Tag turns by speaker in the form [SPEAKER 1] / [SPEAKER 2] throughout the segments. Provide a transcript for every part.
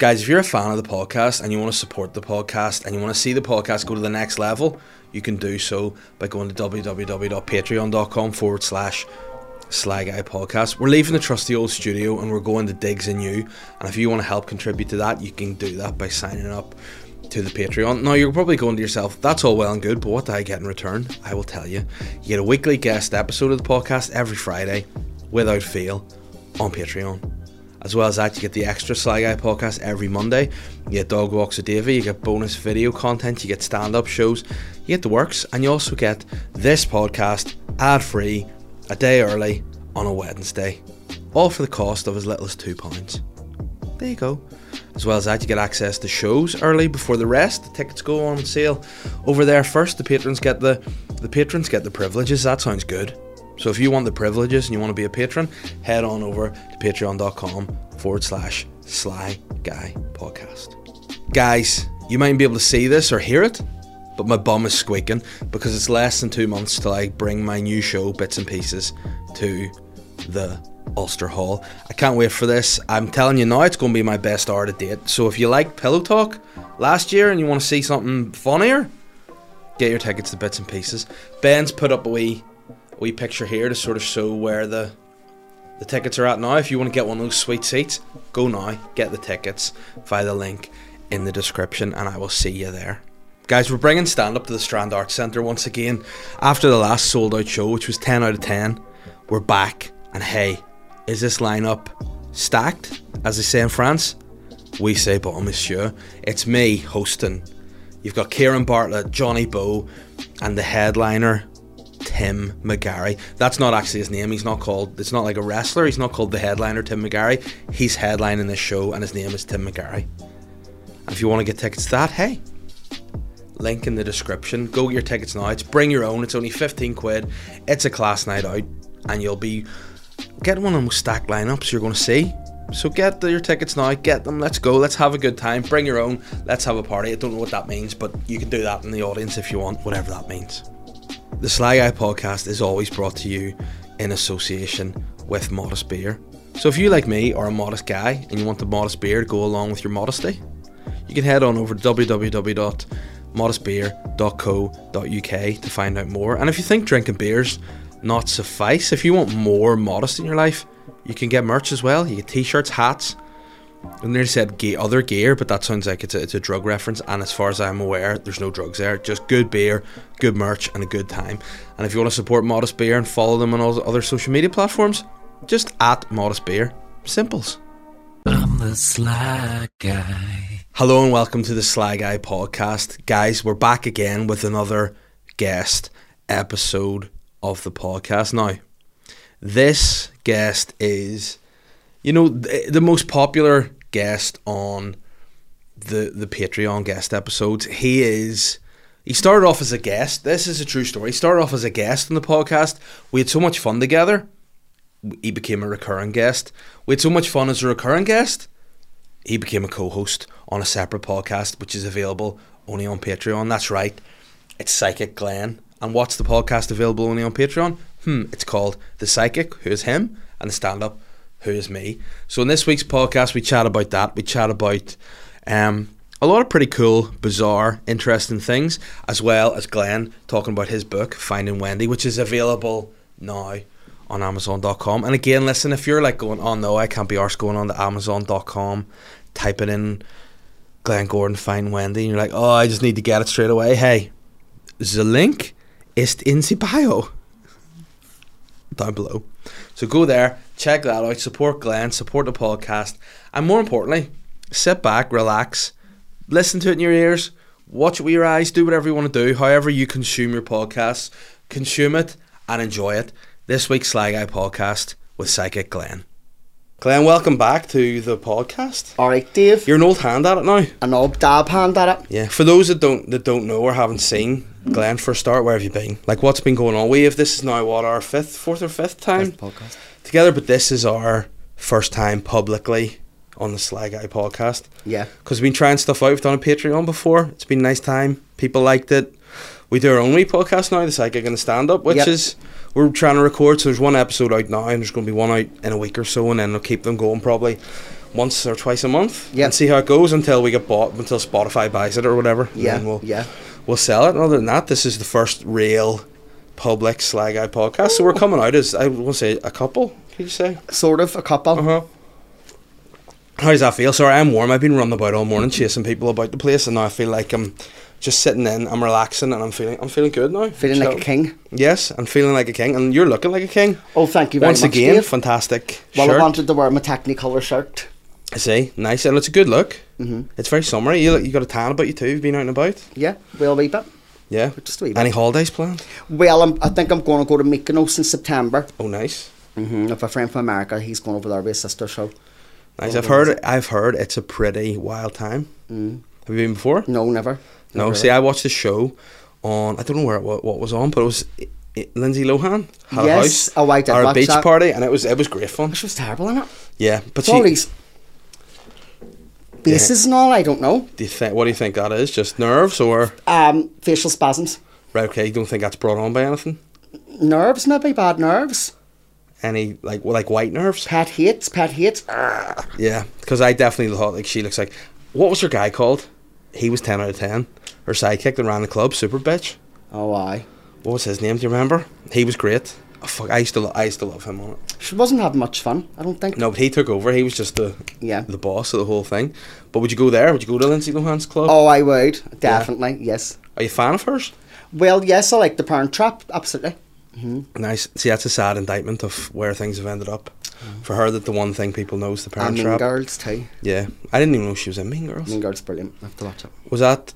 [SPEAKER 1] Guys, if you're a fan of the podcast and you want to support the podcast and you want to see the podcast go to the next level, you can do so by going to www.patreon.com forward slash Sly Guy Podcast. We're leaving the trusty old studio and we're going to digs in you. And if you want to help contribute to that, you can do that by signing up to the Patreon. Now, you're probably going to yourself, that's all well and good, but what do I get in return? I will tell you. You get a weekly guest episode of the podcast every Friday without fail on Patreon. As well as that, you get the extra Sly Guy podcast every Monday. You get dog walks with Davey. You get bonus video content. You get stand-up shows. You get the works, and you also get this podcast ad-free, a day early on a Wednesday, all for the cost of as little as two pounds. There you go. As well as that, you get access to shows early before the rest. The tickets go on sale over there first. The patrons get the the patrons get the privileges. That sounds good. So if you want the privileges and you want to be a patron, head on over to patreon.com forward slash sly guy podcast. Guys, you mightn't be able to see this or hear it, but my bum is squeaking because it's less than two months till I bring my new show, Bits and Pieces, to the Ulster Hall. I can't wait for this. I'm telling you now, it's going to be my best hour to date. So if you like Pillow Talk last year and you want to see something funnier, get your tickets to Bits and Pieces. Ben's put up a wee wee picture here to sort of show where the the tickets are at now. If you want to get one of those sweet seats, go now, get the tickets via the link in the description, and I will see you there. Guys, we're bringing stand up to the Strand Arts Centre once again. After the last sold out show, which was 10 out of 10, we're back, and hey, is this lineup stacked, as they say in France? We say bon monsieur. It's me hosting. You've got Kieran Bartlett, Johnny Bow, and the headliner, Tim McGarry. That's not actually his name. He's not called. It's not like a wrestler. He's not called the headliner Tim McGarry. He's headlining this show, and his name is Tim McGarry. And if you want to get tickets to that, hey, link in the description. Go get your tickets now. It's bring your own. It's only fifteen quid. It's a class night out, and you'll be getting one of those stacked lineups you're going to see. So get your tickets now. Get them. Let's go. Let's have a good time. Bring your own. Let's have a party. I don't know what that means, but you can do that in the audience if you want, whatever that means. The Sly Guy podcast is always brought to you in association with Modest Beer. So if you, like me, are a modest guy and you want the modest beer to go along with your modesty, you can head on over to www.modestbeer.co.uk to find out more. And if you think drinking beers not suffice, if you want more modest in your life, you can get merch as well. You get t-shirts, hats, and they said ge- other gear, but that sounds like it's a, it's a drug reference. And as far as I'm aware, there's no drugs there. Just good beer, good merch, and a good time. And if you want to support Modest Beer and follow them on all the other social media platforms, just at Modest Beer. Simples.
[SPEAKER 2] I'm the slack guy.
[SPEAKER 1] Hello and welcome to the Sly Guy podcast. Guys, we're back again with another guest episode of the podcast. Now, this guest is, you know, th- the most popular guest on the the Patreon guest episodes. He is he started off as a guest. This is a true story. He started off as a guest on the podcast. We had so much fun together. He became a recurring guest. We had so much fun as a recurring guest. He became a co-host on a separate podcast, which is available only on Patreon. That's right. It's Psychic Glenn. And what's the podcast available only on Patreon? Hmm, it's called The Psychic, who is him, and The Stand Up, who is me. So in this week's podcast, we chat about that. We chat about um, a lot of pretty cool, bizarre, interesting things, as well as Glenn talking about his book, Finding Wendy, which is available now on Amazon.com. And again, listen, if you're like going, oh no, I can't be arsed going on to Amazon.com, typing in Glenn Gordon, Find Wendy, and you're like, oh, I just need to get it straight away. Hey, the link is in the bio down below. So go there, check that out, support Glenn, support the podcast, and more importantly, sit back, relax, listen to it in your ears, watch it with your eyes, do whatever you want to do, however you consume your podcasts, consume it and enjoy it. This week's Sly Guy podcast with Psychic Glenn. Glenn, welcome back to the podcast.
[SPEAKER 3] All right, Dave.
[SPEAKER 1] You're an old hand at it now.
[SPEAKER 3] an old dab hand at it.
[SPEAKER 1] Yeah. For those that don't that don't know or haven't seen, Glenn, for a start, where have you been? Like, what's been going on? We have this is now what our fifth, fourth or fifth time
[SPEAKER 3] podcast.
[SPEAKER 1] together, but this is our first time publicly on the Sly Guy podcast
[SPEAKER 3] Yeah.
[SPEAKER 1] because we've been trying stuff out. We've done a Patreon before. It's been a nice time. People liked it. We do our own wee podcast now, the Psychic and the Stand Up, which
[SPEAKER 3] Yep.
[SPEAKER 1] is we're trying to record. So there's one episode out now, and there's going to be one out in a week or so, and then they'll keep them going probably once or twice a month
[SPEAKER 3] Yeah.
[SPEAKER 1] and see how it goes until we get bought until Spotify buys it or whatever. and
[SPEAKER 3] Yeah,
[SPEAKER 1] then we'll,
[SPEAKER 3] yeah.
[SPEAKER 1] we'll sell it. And other than that, this is the first real public Slag Eye podcast. So we're
[SPEAKER 3] Oh.
[SPEAKER 1] coming out as I won't say a couple. Could you say?
[SPEAKER 3] Sort of a couple.
[SPEAKER 1] Uh huh. How does that feel? Sorry, I'm warm. I've been running about all morning chasing people about the place, and now I feel like I'm just sitting in. I'm relaxing, and I'm feeling I'm feeling good now.
[SPEAKER 3] Feeling like a
[SPEAKER 1] Chill.
[SPEAKER 3] king.
[SPEAKER 1] Yes, I'm feeling like a king, and you're looking like a king.
[SPEAKER 3] Oh, thank you very
[SPEAKER 1] Once
[SPEAKER 3] much.
[SPEAKER 1] again,
[SPEAKER 3] Dave.
[SPEAKER 1] fantastic
[SPEAKER 3] well,
[SPEAKER 1] shirt.
[SPEAKER 3] I wanted to wear my Technicolor shirt.
[SPEAKER 1] I see, nice, and it's a good look.
[SPEAKER 3] hmm
[SPEAKER 1] It's very summery. You look, you got a tan about you too. You've been out and about.
[SPEAKER 3] Yeah, well, wee bit.
[SPEAKER 1] Yeah.
[SPEAKER 3] Just a wee bit.
[SPEAKER 1] Any holidays planned?
[SPEAKER 3] Well, I'm, I think I'm going to go to Mykonos in September.
[SPEAKER 1] Oh, nice,
[SPEAKER 3] Mm-hmm. If a friend from America, he's going over there with his sister, so
[SPEAKER 1] nice.
[SPEAKER 3] Oh,
[SPEAKER 1] I've heard. I've heard it's a pretty wild time.
[SPEAKER 3] Mm.
[SPEAKER 1] Have you been before?
[SPEAKER 3] no, never.
[SPEAKER 1] No,
[SPEAKER 3] Never.
[SPEAKER 1] see, I watched the show on I don't know where it, what, what was on, but it was i i Lindsay Lohan had a
[SPEAKER 3] Yes,
[SPEAKER 1] house
[SPEAKER 3] oh, I did
[SPEAKER 1] or a
[SPEAKER 3] watch
[SPEAKER 1] beach
[SPEAKER 3] that.
[SPEAKER 1] party, and it was it was great fun.
[SPEAKER 3] Which was terrible, innit?
[SPEAKER 1] Yeah, but
[SPEAKER 3] It's all
[SPEAKER 1] she,
[SPEAKER 3] these bases and all, I don't know.
[SPEAKER 1] do you think, what do you think that is? Just nerves, or
[SPEAKER 3] Um, facial spasms.
[SPEAKER 1] right? Okay, you don't think that's brought on by anything?
[SPEAKER 3] Nerves, maybe bad nerves.
[SPEAKER 1] Any like well, like white nerves?
[SPEAKER 3] Pet hates, pet hates.
[SPEAKER 1] Yeah, because I definitely thought like she looks like what was her guy called? He was ten out of ten. Her sidekick that ran the club, super bitch.
[SPEAKER 3] Oh, aye.
[SPEAKER 1] What was his name? Do you remember? He was great. Oh, fuck, I used to lo- I used to love him on it.
[SPEAKER 3] She wasn't having much fun, I don't think.
[SPEAKER 1] No, but he took over. He was just the
[SPEAKER 3] Yeah.
[SPEAKER 1] the boss of the whole thing. But would you go there? Would you go to Lindsay Lohan's club?
[SPEAKER 3] Oh, I would definitely. Yes.
[SPEAKER 1] Are you a fan of hers?
[SPEAKER 3] Well, yes, I like the Parent Trap. Absolutely. Mm-hmm.
[SPEAKER 1] Nice. See, that's a sad indictment of where things have ended up. For her, that the one thing people know is the
[SPEAKER 3] Mm-hmm. and
[SPEAKER 1] parent trap.
[SPEAKER 3] Mean Girls too.
[SPEAKER 1] Yeah, I didn't even know she was in Mean Girls.
[SPEAKER 3] Mean Girls, brilliant. I have to watch it.
[SPEAKER 1] Was that?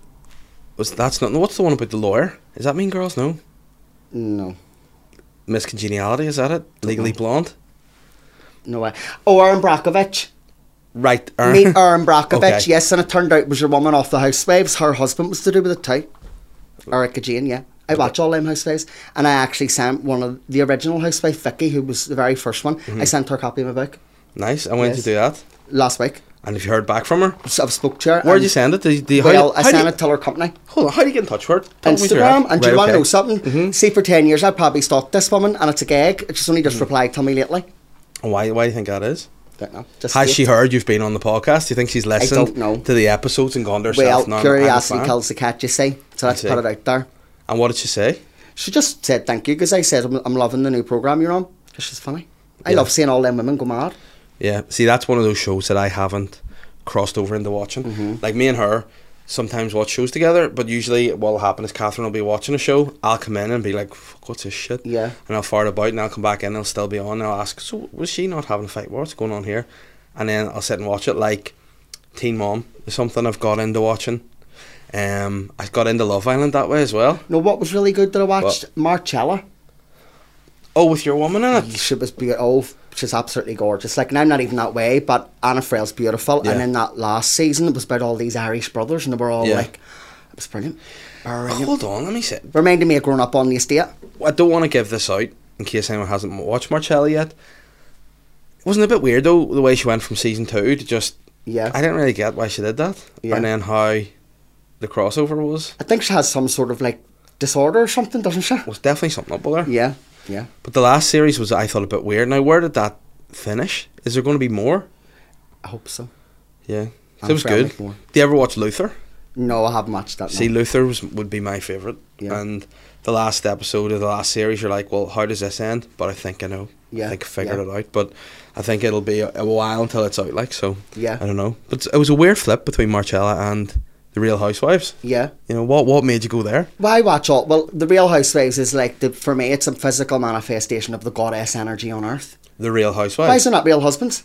[SPEAKER 1] Was that's not? no, What's the one about the lawyer? Is that Mean Girls? No.
[SPEAKER 3] No,
[SPEAKER 1] Miss Congeniality is that it? Legally
[SPEAKER 3] know.
[SPEAKER 1] Blonde.
[SPEAKER 3] no way. Oh, Aaron Brockovich.
[SPEAKER 1] Right. Er-
[SPEAKER 3] Meet Aaron Brockovich.
[SPEAKER 1] Okay.
[SPEAKER 3] Yes, and it turned out it was your woman off the Housewives. Her husband was to do with it too. Erica Jane. Yeah, I watch all them Housewives, and I actually sent one of the original Housewife Vicky, who was the very first one.
[SPEAKER 1] Mm-hmm.
[SPEAKER 3] I sent her a copy of my book
[SPEAKER 1] Nice. I wanted
[SPEAKER 3] Yes.
[SPEAKER 1] to do that.
[SPEAKER 3] last week.
[SPEAKER 1] And if you heard back from her,
[SPEAKER 3] So I've spoke to her.
[SPEAKER 1] where
[SPEAKER 3] and-
[SPEAKER 1] would you send it? Do you, do you, how-
[SPEAKER 3] Well, I
[SPEAKER 1] how do
[SPEAKER 3] sent
[SPEAKER 1] you-
[SPEAKER 3] it to her company.
[SPEAKER 1] Hold on. How do you get in touch with her? Tell me through
[SPEAKER 3] Instagram.
[SPEAKER 1] that.
[SPEAKER 3] And do you
[SPEAKER 1] Right,
[SPEAKER 3] want to
[SPEAKER 1] okay. Mm-hmm.
[SPEAKER 3] know something? See, for 10 years, I probably stalked this woman and it's a gag. She's only
[SPEAKER 1] Mm.
[SPEAKER 3] just replied to me lately.
[SPEAKER 1] And Why? Why do you think that is?
[SPEAKER 3] Don't know. Just
[SPEAKER 1] Has
[SPEAKER 3] hate.
[SPEAKER 1] she heard you've been on the podcast? Do you think she's listened
[SPEAKER 3] don't know.
[SPEAKER 1] to the episodes and gone to
[SPEAKER 3] Well,
[SPEAKER 1] herself? now, I'm- I'm a
[SPEAKER 3] curiosity
[SPEAKER 1] fan"?
[SPEAKER 3] kills the cat, you see. So let's
[SPEAKER 1] see.
[SPEAKER 3] put it out there.
[SPEAKER 1] And what did she say?
[SPEAKER 3] She just said thank you because I said, I'm, I'm loving the new programme you're on because she's funny. I
[SPEAKER 1] Yeah.
[SPEAKER 3] love seeing all them women go mad.
[SPEAKER 1] Yeah, see, that's one of those shows that I haven't crossed over into watching.
[SPEAKER 3] Mm-hmm.
[SPEAKER 1] Like me and her sometimes watch shows together, but usually what'll happen is Catherine will be watching a show. I'll come in and be like, "Fuck, what's this shit?"
[SPEAKER 3] Yeah.
[SPEAKER 1] and I'll fart about, and I'll come back in, and I'll still be on. And I'll ask, "So was she not having a fight? What's going on here?" And then I'll sit and watch it. Like Teen Mom is something I've got into watching. Um, I got into Love Island that way as well.
[SPEAKER 3] No, what was really good that I watched? Marcella.
[SPEAKER 1] Oh, with your woman in it.
[SPEAKER 3] She was beautiful. She's absolutely gorgeous. Like, and I'm not even that way, but Anna Frail's beautiful.
[SPEAKER 1] Yeah.
[SPEAKER 3] And then that last season, it was about all these Irish brothers, and they were all
[SPEAKER 1] Yeah.
[SPEAKER 3] like, it was brilliant. Brilliant.
[SPEAKER 1] Hold on, let me sit.
[SPEAKER 3] reminded me of growing up on the estate.
[SPEAKER 1] I don't want to give this out in case anyone hasn't watched Marcella yet. Wasn't it a bit weird though the way she went from season two to just?
[SPEAKER 3] Yeah.
[SPEAKER 1] I
[SPEAKER 3] I,
[SPEAKER 1] didn't really get why she did that,
[SPEAKER 3] Yeah.
[SPEAKER 1] and then how the crossover was
[SPEAKER 3] think she has some sort of like disorder or something, doesn't she?
[SPEAKER 1] was definitely something up with her.
[SPEAKER 3] Yeah, yeah.
[SPEAKER 1] But the last series was I thought a bit weird. Now where did that finish? Is there going to be more?
[SPEAKER 3] I hope so.
[SPEAKER 1] Yeah, so
[SPEAKER 3] I'm
[SPEAKER 1] it was
[SPEAKER 3] sure I'll
[SPEAKER 1] good.
[SPEAKER 3] make more.
[SPEAKER 1] Do you ever watch Luther?
[SPEAKER 3] No, I haven't watched that.
[SPEAKER 1] See,
[SPEAKER 3] no.
[SPEAKER 1] Luther was, would be my favorite,
[SPEAKER 3] Yeah.
[SPEAKER 1] and the last episode of the last series, you're like, well, how does this end? But I think I know. I
[SPEAKER 3] Yeah,
[SPEAKER 1] think I figured
[SPEAKER 3] yeah.
[SPEAKER 1] it out. But I think it'll be a, a while until it's out. Like so,
[SPEAKER 3] Yeah.
[SPEAKER 1] I don't know. But it was a weird flip between Marcella and the Real Housewives.
[SPEAKER 3] Yeah.
[SPEAKER 1] You know what? What made you go there?
[SPEAKER 3] Why watch all? Well, The Real Housewives is like the for me, it's a physical manifestation of the goddess energy on Earth.
[SPEAKER 1] The Real
[SPEAKER 3] Why is
[SPEAKER 1] Housewives.
[SPEAKER 3] there not real husbands?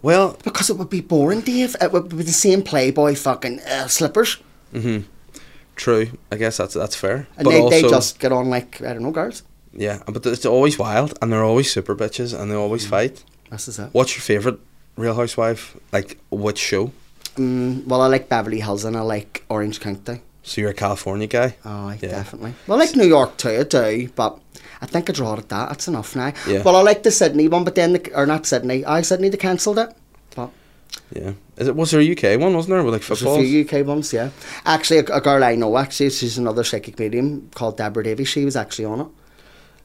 [SPEAKER 1] Well,
[SPEAKER 3] Because it would be boring, Dave. It would be the same Playboy fucking uh, slippers,
[SPEAKER 1] mm-hmm. true. I guess that's that's fair.
[SPEAKER 3] and they, they just get on like I don't know, girls.
[SPEAKER 1] yeah, but it's always wild, and they're always super bitches, and they
[SPEAKER 3] Mm.
[SPEAKER 1] always fight.
[SPEAKER 3] This is it.
[SPEAKER 1] What's your favorite Real Housewife? Like which show?
[SPEAKER 3] Mm, well, I like Beverly Hills and I like Orange County.
[SPEAKER 1] So you're a California guy.
[SPEAKER 3] Oh,
[SPEAKER 1] Yeah.
[SPEAKER 3] definitely. Well, I like New York too, I do, but I think I draw it at that. That's enough now.
[SPEAKER 1] Yeah.
[SPEAKER 3] Well, I like the Sydney one, but then, the, or not Sydney, I Sydney, they cancelled it. But
[SPEAKER 1] Yeah. Is it was there a UK one, wasn't there? With like
[SPEAKER 3] there's
[SPEAKER 1] football.
[SPEAKER 3] a few UK ones, yeah. Actually, a, a girl I know, actually, she's another psychic medium called Deborah Davies. She was actually on it.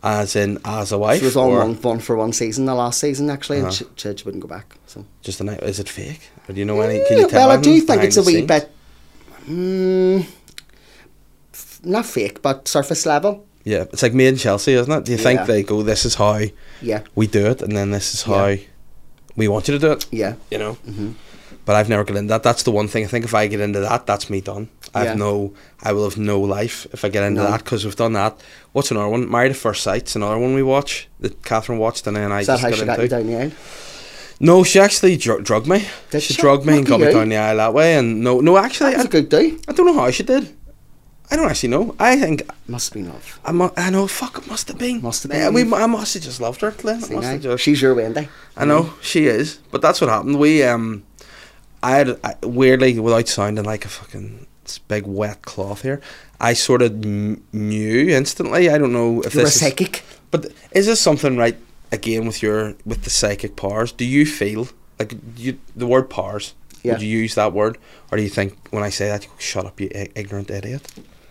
[SPEAKER 1] as in as a wife.
[SPEAKER 3] She was on
[SPEAKER 1] or
[SPEAKER 3] one, one for one season the last season actually,
[SPEAKER 1] Uh-huh.
[SPEAKER 3] and she, she, she wouldn't go back. So
[SPEAKER 1] Just a night. Is it fake? Or do you know any? Can you
[SPEAKER 3] Yeah,
[SPEAKER 1] tell?
[SPEAKER 3] well, I do
[SPEAKER 1] anything
[SPEAKER 3] think it's a
[SPEAKER 1] behind the
[SPEAKER 3] wee
[SPEAKER 1] scenes?
[SPEAKER 3] bit, mm, f- mm, not fake, but surface level.
[SPEAKER 1] Yeah, it's like me and Chelsea, isn't it? Do you think
[SPEAKER 3] Yeah.
[SPEAKER 1] they go? This is how
[SPEAKER 3] Yeah,
[SPEAKER 1] we do it, and then this is how
[SPEAKER 3] Yeah. Mm-hmm.
[SPEAKER 1] we want you to do it.
[SPEAKER 3] yeah,
[SPEAKER 1] You know. But I've never got into that. That's the one thing I think. If I get into that, that's me done. I
[SPEAKER 3] Yeah.
[SPEAKER 1] have no. I will have no life if I get into
[SPEAKER 3] No.
[SPEAKER 1] that because we've done that. What's another one? Married at First Sight's another one we watch that Catherine watched, and then I
[SPEAKER 3] is that
[SPEAKER 1] just
[SPEAKER 3] how
[SPEAKER 1] got
[SPEAKER 3] she got
[SPEAKER 1] into.
[SPEAKER 3] you down the aisle?
[SPEAKER 1] No, she actually dr- drugged me.
[SPEAKER 3] Did
[SPEAKER 1] she,
[SPEAKER 3] she?
[SPEAKER 1] drugged me and
[SPEAKER 3] Lucky
[SPEAKER 1] got me
[SPEAKER 3] you.
[SPEAKER 1] down the aisle that way. And no, no, actually,
[SPEAKER 3] That was
[SPEAKER 1] I,
[SPEAKER 3] a good day.
[SPEAKER 1] I don't know how she did. I don't actually know. I think
[SPEAKER 3] Must be love.
[SPEAKER 1] I, mu- I know. Fuck, it must have been.
[SPEAKER 3] Must have
[SPEAKER 1] Yeah,
[SPEAKER 3] been.
[SPEAKER 1] we, mu- I must have just loved her. Glenn. I
[SPEAKER 3] See
[SPEAKER 1] must have
[SPEAKER 3] now?
[SPEAKER 1] just.
[SPEAKER 3] eh? She's your Wendy.
[SPEAKER 1] I know she is, but that's what happened. We um, I had I, weirdly without sounding like a fucking s- big wet cloth here. I sort of m- knew instantly. I don't know if
[SPEAKER 3] You're a
[SPEAKER 1] this is,
[SPEAKER 3] psychic.
[SPEAKER 1] but is this something right again with your with the psychic powers? Do you feel like you the word powers?
[SPEAKER 3] Yeah.
[SPEAKER 1] Would you use that word, or do you think when I say that, you go, shut up, you i- ignorant idiot?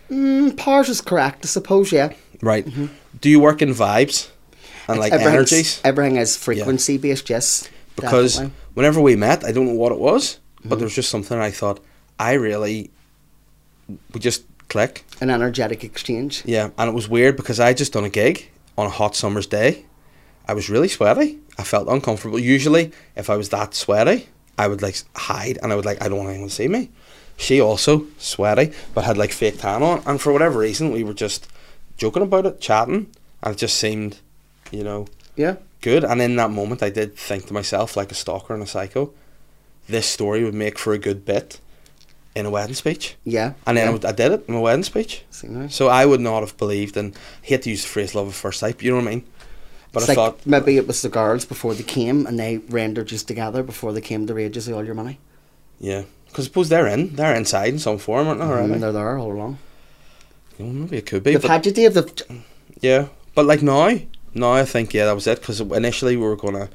[SPEAKER 3] Mm, Pars is correct, I suppose. Yeah.
[SPEAKER 1] Right?
[SPEAKER 3] Mm-hmm.
[SPEAKER 1] Do you work in vibes and like
[SPEAKER 3] everything's-
[SPEAKER 1] energies?
[SPEAKER 3] Everything is frequency based. Yes.
[SPEAKER 1] because
[SPEAKER 3] definitely. Mm-hmm.
[SPEAKER 1] whenever we met, I don't know what it was, but there was just something I thought I really we just click.
[SPEAKER 3] an energetic exchange.
[SPEAKER 1] Yeah, and it was weird because I had just done a gig on a hot summer's day. I was really sweaty. I felt uncomfortable. Usually, if I was that sweaty, I would like s- hide and I would like I don't want anyone to see me. She also sweaty, but had like fake tan on, and for whatever reason, we were just joking about it, chatting, and it just seemed, you know,
[SPEAKER 3] Yeah.
[SPEAKER 1] good. And in that moment, I did think to myself, like a stalker and a psycho, this story would make for a good bit in a wedding speech.
[SPEAKER 3] Yeah.
[SPEAKER 1] And then I
[SPEAKER 3] yeah.
[SPEAKER 1] would- I, did it in my wedding speech.
[SPEAKER 3] See now?
[SPEAKER 1] So I would not have believed, and I hate to use the phrase love at first sight, but you know what I mean? But
[SPEAKER 3] It's
[SPEAKER 1] I
[SPEAKER 3] like
[SPEAKER 1] thought,
[SPEAKER 3] maybe it was the girls before they came and they rendered just together before they came to Rages of All Your Money.
[SPEAKER 1] yeah. Because suppose they're in, they're inside in some form, aren't they?
[SPEAKER 3] And
[SPEAKER 1] already?
[SPEAKER 3] Mm, they're there all along.
[SPEAKER 1] You know, maybe it could be.
[SPEAKER 3] They've
[SPEAKER 1] eh. But,
[SPEAKER 3] had you, Dave. They've,
[SPEAKER 1] yeah. But like now, now I think, yeah, that was it. Because initially we were going to,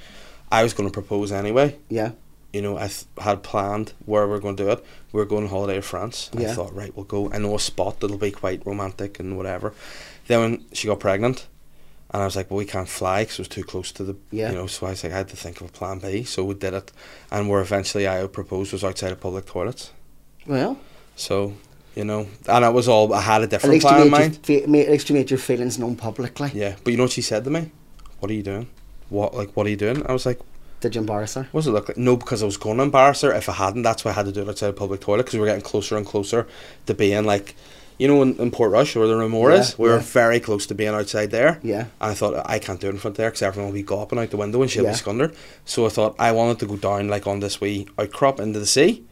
[SPEAKER 1] I was going to propose anyway.
[SPEAKER 3] yeah.
[SPEAKER 1] you know, I th- had planned where we are going to do it. We are going on holiday to France. I
[SPEAKER 3] Yeah.
[SPEAKER 1] thought, right, we'll go. I know a spot that'll be quite romantic and whatever. Then when she got pregnant, and I was like, well, we can't fly because it was too close to the,
[SPEAKER 3] Yeah.
[SPEAKER 1] you know. So I was like, I had to think of a plan B. So we did it, and where eventually I proposed was outside of public toilets.
[SPEAKER 3] Well,
[SPEAKER 1] So, you know, and that was all. I had a
[SPEAKER 3] at
[SPEAKER 1] different
[SPEAKER 3] least, you
[SPEAKER 1] plan in
[SPEAKER 3] made your,
[SPEAKER 1] mind.
[SPEAKER 3] fe- ma- at least you made your feelings known publicly.
[SPEAKER 1] Yeah, but you know what she said to me? What are you doing? What like what are you doing? I was like,
[SPEAKER 3] Did you embarrass her?
[SPEAKER 1] What does it look like? No, because I was going to embarrass her. If I hadn't, that's why I had to do it outside a public toilet because we were getting closer and closer to being like, you know, in, in Port Rush where the Remora is,
[SPEAKER 3] Yeah,
[SPEAKER 1] we were
[SPEAKER 3] yeah.
[SPEAKER 1] very close to being outside there.
[SPEAKER 3] Yeah.
[SPEAKER 1] And I thought, I can't do it in front there because everyone will be gawping out the window and she'll
[SPEAKER 3] Yeah.
[SPEAKER 1] be scundered. So I thought, I wanted to go down like on this wee outcrop into the sea.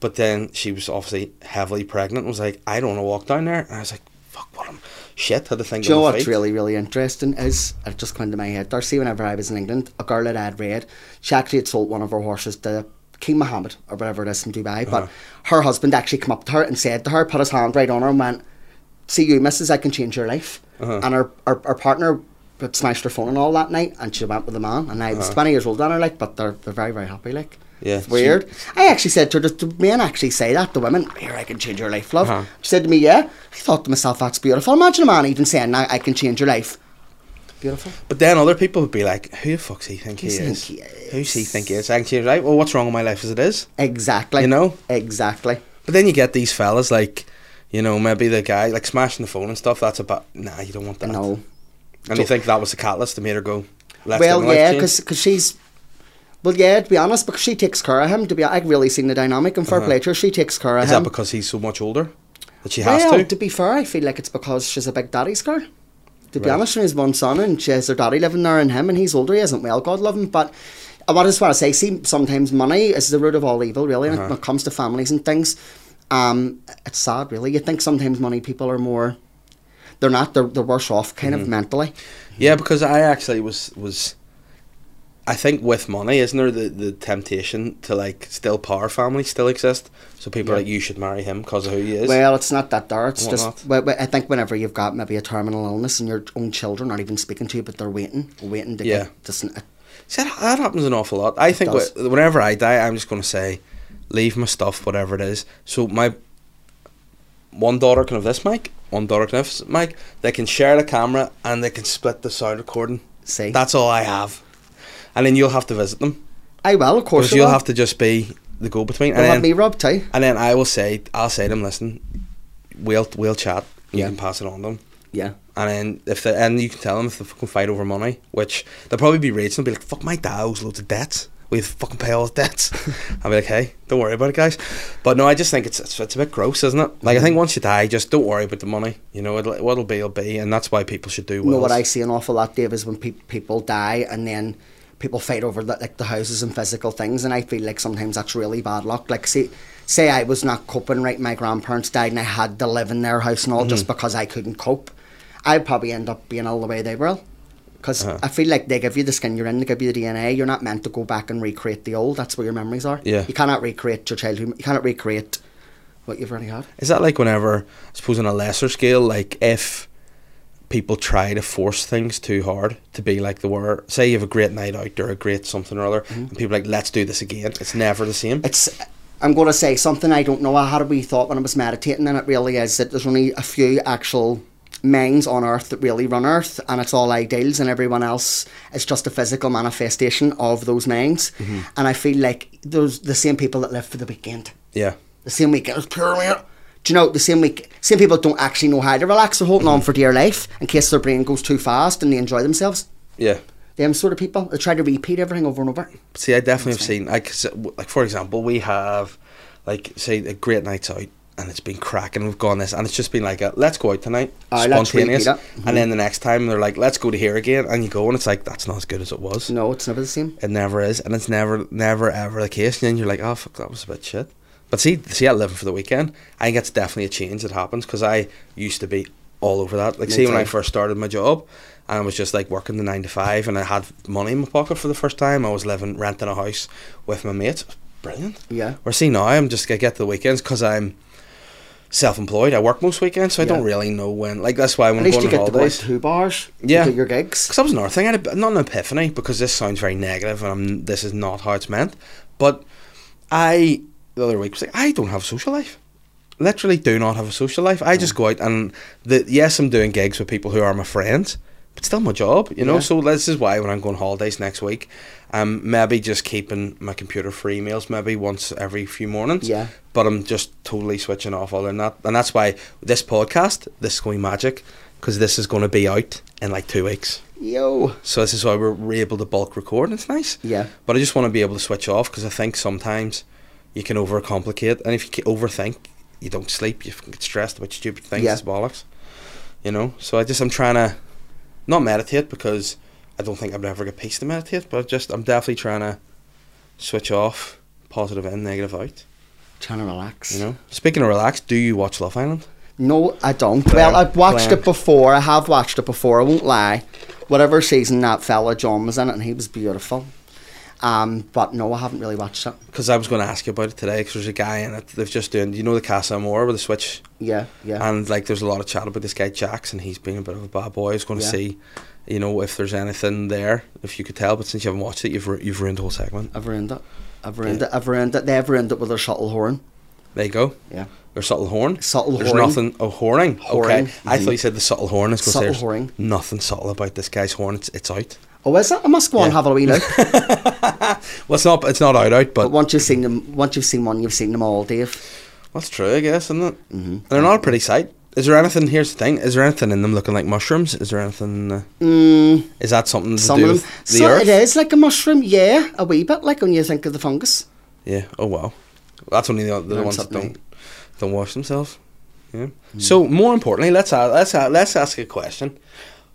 [SPEAKER 1] But then she was obviously heavily pregnant and was like, I don't want to walk down there. And I was like, fuck, what am Shit, had to think
[SPEAKER 3] Do you know
[SPEAKER 1] of
[SPEAKER 3] what's really, really interesting is, it just came into my head, Darcy, whenever I was in England, a girl that I had read, she actually had sold one of her horses to King Mohammed or whatever it is in Dubai, but her husband actually came up to her and said to her, put his hand right on her and went, see you, missus, I can change your life. And her, her, her partner had smashed her phone and all that night and she went with the man and I was 20 years older than her, like, but they're, they're very, very happy, like.
[SPEAKER 1] Yeah,
[SPEAKER 3] It's
[SPEAKER 1] she-
[SPEAKER 3] weird. I actually said to her, do men actually say that to women? Here, I can change your life, love.
[SPEAKER 1] Uh-huh.
[SPEAKER 3] She said to me, yeah. I thought to myself, that's beautiful. Imagine a man even saying, I, I can change your life. Beautiful.
[SPEAKER 1] But then other people would be like, "Who the fuck's he think he
[SPEAKER 3] Who's he
[SPEAKER 1] is?
[SPEAKER 3] think he
[SPEAKER 1] Who's he think he is?" And she's right. Well, what's wrong with my life as it is?
[SPEAKER 3] Exactly.
[SPEAKER 1] You know?
[SPEAKER 3] Exactly.
[SPEAKER 1] But then you get these fellas like, you know, maybe the guy like smashing the phone and stuff. That's about nah. You don't want that.
[SPEAKER 3] No.
[SPEAKER 1] And you think that was the catalyst that made her go? Let's get my
[SPEAKER 3] well,
[SPEAKER 1] life
[SPEAKER 3] yeah,
[SPEAKER 1] changed."
[SPEAKER 3] because she's. Well, yeah, to be honest, because she takes care of him. To be, I've really seen the dynamic in fair play to her. She takes care
[SPEAKER 1] Uh-huh.
[SPEAKER 3] of
[SPEAKER 1] is
[SPEAKER 3] him.
[SPEAKER 1] that because he's so much older that she has
[SPEAKER 3] well,
[SPEAKER 1] to?
[SPEAKER 3] be fair, I feel like it's because she's a big daddy's girl. To be
[SPEAKER 1] Right.
[SPEAKER 3] honest, she has one son and she has her daddy living there and him, and he's older, he isn't well, God love him. But uh, I wa- just want to say, see, sometimes money is the root of all evil, really, and
[SPEAKER 1] Uh-huh.
[SPEAKER 3] when it comes to families and things. Um, it's sad, really. You think sometimes money people are more, they're not, they're, they're worse off kind
[SPEAKER 1] Mm-hmm.
[SPEAKER 3] of mentally.
[SPEAKER 1] Yeah, because I actually was was. I think with money, isn't there the, the temptation to like still power families still exist? So people are
[SPEAKER 3] Yeah.
[SPEAKER 1] like, you should marry him because of who he is.
[SPEAKER 3] Well, it's not that there. It's
[SPEAKER 1] Why
[SPEAKER 3] just well, well, I think whenever you've got maybe a terminal illness and your own children aren't even speaking to you, but they're waiting, waiting to
[SPEAKER 1] Yeah.
[SPEAKER 3] get. Just, uh,
[SPEAKER 1] See, that, that happens an awful lot. I think
[SPEAKER 3] does.
[SPEAKER 1] wh- whenever I die, I'm just going to say, leave my stuff, whatever it is. So my one daughter can have this mic, on Dark Niffs, Mike, they can share the camera and they can split the sound recording.
[SPEAKER 3] See,
[SPEAKER 1] That's all I have. And then you'll have to visit them.
[SPEAKER 3] I will, of course.
[SPEAKER 1] Because you'll have to just be the go between.
[SPEAKER 3] They'll have
[SPEAKER 1] And
[SPEAKER 3] me
[SPEAKER 1] then,
[SPEAKER 3] rub too.
[SPEAKER 1] and then I will say, I'll say to them, listen, we'll, we'll chat. You
[SPEAKER 3] Yeah.
[SPEAKER 1] can pass it on to them.
[SPEAKER 3] Yeah.
[SPEAKER 1] And then if they, and you can tell them if they fucking fight over money, which they'll probably be raging and be like, "Fuck my dad owes loads of debts. We have to fucking pay all his debts." I'll be like, "Hey, don't worry about it, guys." But no, I just think it's it's, it's a bit gross, isn't it? Like I
[SPEAKER 3] Mm.
[SPEAKER 1] think once you die, just don't worry about the money. You know, it'll, what'll be, it'll be, and that's why people should do.
[SPEAKER 3] You know
[SPEAKER 1] wills.
[SPEAKER 3] what I see an awful lot, Dave, is when pe- people die and then people fight over the, like the houses and physical things, and I feel like sometimes that's really bad luck. Like, see, say I was not coping right, my grandparents died, and I had to live in their house and all just because I couldn't cope. I'd probably end up being all the way they were. Because I feel like they give you the skin you're in, they give you the DNA. You're not meant to go back and recreate the old. That's where your memories are.
[SPEAKER 1] Yeah.
[SPEAKER 3] You cannot recreate your childhood. You cannot recreate what you've already had.
[SPEAKER 1] Is that like whenever, I suppose, on a lesser scale, like if people try to force things too hard to be like they were, say you have a great night out or a great something or other,
[SPEAKER 3] Mm-hmm.
[SPEAKER 1] and people are like, let's do this again. It's never the same.
[SPEAKER 3] it's I'm going to say something I don't know. I had a wee thought when I was meditating, and it really is that there's only a few actual minds on earth that really run earth, and it's all ideals, and everyone else is just a physical manifestation of those minds. And I feel like those the same people that live for the weekend,
[SPEAKER 1] yeah.
[SPEAKER 3] the same weekend is pure weird. Do you know the same week? Same people don't actually know how to relax. They're holding on for dear life in case their brain goes too fast and they enjoy themselves.
[SPEAKER 1] Yeah.
[SPEAKER 3] Them sort of people, they try to repeat everything over and over.
[SPEAKER 1] See, I definitely have seen like s- w- like for example, we have like say a great night out and it's been cracking. We've gone this and it's just been like a, let's go out tonight,
[SPEAKER 3] Aye, let's
[SPEAKER 1] spontaneous.
[SPEAKER 3] repeat it. Mm-hmm.
[SPEAKER 1] And then the next time they're like, let's go to here again, and you go and it's like that's not as good as it was.
[SPEAKER 3] No, it's never the same.
[SPEAKER 1] It never is, and it's never never ever the case. And then you're like, oh fuck, that was a bit shit. But see, see, I living for the weekend. I think it's definitely a change that happens because I used to be all over that. Like,
[SPEAKER 3] Me
[SPEAKER 1] see, when I
[SPEAKER 3] too.
[SPEAKER 1] first started my job, and I was just like working the nine to five, and I had money in my pocket for the first time. I was living, renting a house with my mates. It was Brilliant.
[SPEAKER 3] Yeah.
[SPEAKER 1] Where see now, I'm just I get to the weekends because I'm self-employed. I work most weekends, so I
[SPEAKER 3] Yeah.
[SPEAKER 1] don't really know when. Like that's why when
[SPEAKER 3] At
[SPEAKER 1] I'm
[SPEAKER 3] least
[SPEAKER 1] going
[SPEAKER 3] you
[SPEAKER 1] on
[SPEAKER 3] get to go out
[SPEAKER 1] holidays.
[SPEAKER 3] to two bars. you
[SPEAKER 1] Yeah.
[SPEAKER 3] do your gigs.
[SPEAKER 1] Because that was another thing. I had a, not an epiphany because this sounds very negative, and I'm, this is not how it's meant. But I the other week was like, I don't have a social life. Literally, do not have a social life. I
[SPEAKER 3] Mm.
[SPEAKER 1] just go out and the yes, I'm doing gigs with people who are my friends, but still my job, you know.
[SPEAKER 3] Yeah.
[SPEAKER 1] So this is why when I'm going holidays next week, I'm maybe just keeping my computer for emails maybe once every few mornings.
[SPEAKER 3] Yeah.
[SPEAKER 1] But I'm just totally switching off other than that, and that's why this podcast, this is going to be magic, because this is going to be out in like two weeks.
[SPEAKER 3] Yo.
[SPEAKER 1] So this is why we're, we're able to bulk record. and It's nice.
[SPEAKER 3] Yeah.
[SPEAKER 1] But I just want to be able to switch off because I think sometimes you can overcomplicate, and if you ca- overthink, you don't sleep. You fucking get stressed about stupid things.
[SPEAKER 3] Yeah.
[SPEAKER 1] It's bollocks. You know. So I just I'm trying to not meditate because I don't think I'd ever get peace to meditate, but I just I'm definitely trying to switch off positive in, negative out.
[SPEAKER 3] Trying to relax.
[SPEAKER 1] You know. Speaking of relax, do you watch Love Island?
[SPEAKER 3] No, I don't.
[SPEAKER 1] Blair,
[SPEAKER 3] well, I've watched
[SPEAKER 1] Blair.
[SPEAKER 3] it before. I have watched it before. I won't lie. Whatever season that fella John was in it, and he was beautiful. Um, but no, I haven't really watched it.
[SPEAKER 1] Because I was going to ask you about it today. Because there's a guy in it. They've just doing. You know the Casa Amor with the switch
[SPEAKER 3] Yeah, yeah.
[SPEAKER 1] And like, there's a lot of chat about this guy Jackson. He's been a bit of a bad boy. I was going to
[SPEAKER 3] Yeah.
[SPEAKER 1] see, you know, if there's anything there, if you could tell. But since you haven't watched it, you've ru- you've ruined the whole segment.
[SPEAKER 3] I've ruined it. I've ruined
[SPEAKER 1] Yeah.
[SPEAKER 3] it. I've ruined it. They've ruined it with their subtle horn.
[SPEAKER 1] There you go.
[SPEAKER 3] Yeah.
[SPEAKER 1] Their subtle horn.
[SPEAKER 3] Subtle
[SPEAKER 1] There's
[SPEAKER 3] whoring.
[SPEAKER 1] nothing. Oh, whoring. Okay.
[SPEAKER 3] Whoring.
[SPEAKER 1] I thought you said the subtle horn. I was gonna say
[SPEAKER 3] Subtle
[SPEAKER 1] there's
[SPEAKER 3] whoring.
[SPEAKER 1] Nothing subtle about this guy's horn. It's it's out.
[SPEAKER 3] Oh, is it? I must go and
[SPEAKER 1] Yeah.
[SPEAKER 3] have a wee look.
[SPEAKER 1] Well, it's not. It's not out out. But
[SPEAKER 3] but once you've seen them, once you've seen one, you've seen them all, Dave.
[SPEAKER 1] that's true, I guess, isn't it? Mm-hmm. They're not a pretty sight. Is there anything? Here's the thing. Is there anything in them looking like mushrooms? Is there anything? Uh,
[SPEAKER 3] Mm.
[SPEAKER 1] Is that something to
[SPEAKER 3] Some
[SPEAKER 1] do
[SPEAKER 3] of them.
[SPEAKER 1] with the
[SPEAKER 3] So
[SPEAKER 1] earth?
[SPEAKER 3] it is like a mushroom. Yeah, a wee bit like when you think of the fungus.
[SPEAKER 1] Yeah. Oh wow. That's only the, the
[SPEAKER 3] Learn
[SPEAKER 1] ones that
[SPEAKER 3] something. Hmm.
[SPEAKER 1] don't don't wash themselves. Yeah. So more importantly, let's ask, let's a- let's ask a question.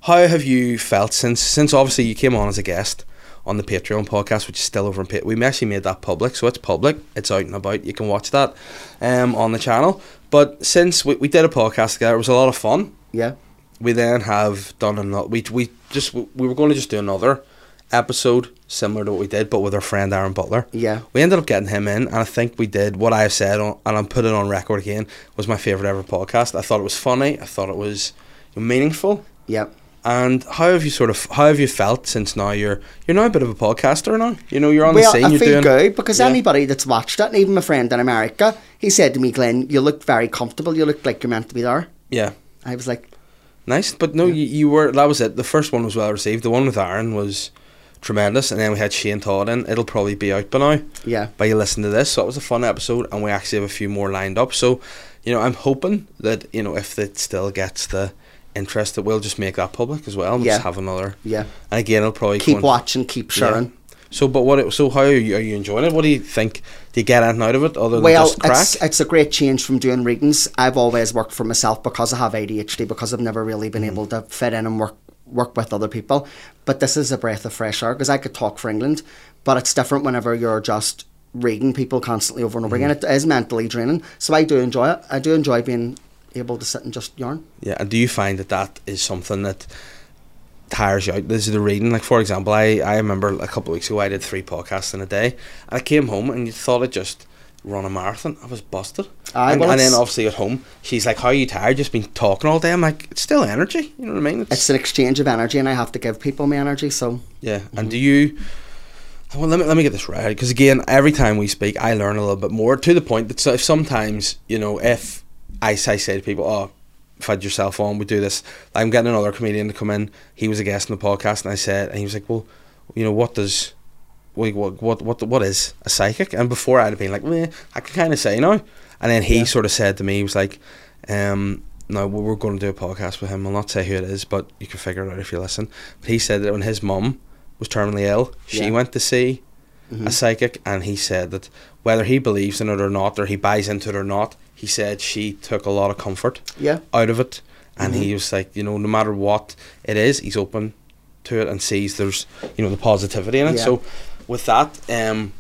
[SPEAKER 1] How have you felt since since obviously you came on as a guest on the Patreon podcast, which is still over in Patreon? We actually made that public, so it's public. It's out and about. You can watch that um, on the channel. But since we, we did a podcast together, it was a lot of fun
[SPEAKER 3] Yeah.
[SPEAKER 1] we then have done another. We we just we were going to just do another episode similar to what we did, but with our friend Aaron Butler.
[SPEAKER 3] Yeah.
[SPEAKER 1] we ended up getting him in, and I think we did what I have said, on, and I'm putting it on record again. Was my favorite ever podcast. I thought it was funny. I thought it was meaningful.
[SPEAKER 3] Yeah.
[SPEAKER 1] And how have you sort of how have you felt since now you're you're now a bit of a podcaster now? You know you're on
[SPEAKER 3] well,
[SPEAKER 1] the scene.
[SPEAKER 3] I
[SPEAKER 1] you're
[SPEAKER 3] feel
[SPEAKER 1] doing
[SPEAKER 3] good because
[SPEAKER 1] Yeah.
[SPEAKER 3] anybody that's watched it, and even my friend in America, he said to me, Glenn, you look very comfortable. You look like you're meant to be there.
[SPEAKER 1] Yeah.
[SPEAKER 3] I was like,
[SPEAKER 1] Nice, but no, you, you were that was it. The first one was well received. The one with Aaron was tremendous, and then we had Shane Todd in. It'll probably be out by now.
[SPEAKER 3] yeah,
[SPEAKER 1] By you listen to this, so it was a fun episode, and we actually have a few more lined up. So, you know, I'm hoping that you know if it still gets the interest, that we'll just make that public as well. And
[SPEAKER 3] Yeah.
[SPEAKER 1] Just have another,
[SPEAKER 3] yeah.
[SPEAKER 1] and again, it'll probably go
[SPEAKER 3] Keep
[SPEAKER 1] in-
[SPEAKER 3] watching, keep
[SPEAKER 1] Yeah.
[SPEAKER 3] sharing.
[SPEAKER 1] So, but what? So, how are you? Are you enjoying it? What do you think? Do you get anything out of it other than
[SPEAKER 3] Well,
[SPEAKER 1] just crack?
[SPEAKER 3] it's, it's a great change from doing readings. I've always worked for myself because I have ADHD, because I've never really been able to fit in and work work with other people. But this is a breath of fresh air because I could talk for England, but it's different whenever you're just reading people constantly over and over again. It is mentally draining, so I do enjoy it. I do enjoy being able to sit and just yarn.
[SPEAKER 1] Yeah, and do you find that that is something that tires you out? This is the reading. Like for example, I I remember a couple of weeks ago I did three podcasts in a day. I came home and you thought I just run a marathon. I was busted.
[SPEAKER 3] Aye,
[SPEAKER 1] and,
[SPEAKER 3] well,
[SPEAKER 1] and then
[SPEAKER 3] it's-
[SPEAKER 1] obviously at home, she's like, "How are you tired? Just been talking all day." I'm like, "It's still energy." You know what I mean?
[SPEAKER 3] It's an exchange of energy, and I have to give people my energy. So
[SPEAKER 1] yeah.
[SPEAKER 3] Mm-hmm.
[SPEAKER 1] And do you? Well, let me let me get this right because again, every time we speak, I learn a little bit more to the point that so- if sometimes you know if I, s- I say to people, "Oh, fed yourself on, we do this," I'm getting another comedian to come in. He was a guest on the podcast, and I said, and he was like, "Well, you know, what does?" Wait, what, what, what, what is a psychic? And before I'd have been like, "Meh, I can kind of say now. And then he
[SPEAKER 3] Yeah.
[SPEAKER 1] sort of said to me, he was like, um, no, we- we're going to do a podcast with him. I'll not say who it is, but you can figure it out if you listen. But he said that when his mum was terminally ill, she
[SPEAKER 3] Yeah.
[SPEAKER 1] went to see
[SPEAKER 3] Mhm.
[SPEAKER 1] a psychic, and he said that whether he believes in it or not, or he buys into it or not, he said she took a lot of comfort
[SPEAKER 3] yeah,
[SPEAKER 1] out of it. And
[SPEAKER 3] Mm-hmm.
[SPEAKER 1] he was like, you know, no matter what it is, he's open to it and sees there's, you know, the positivity in it.
[SPEAKER 3] Yeah.
[SPEAKER 1] So, with that, um,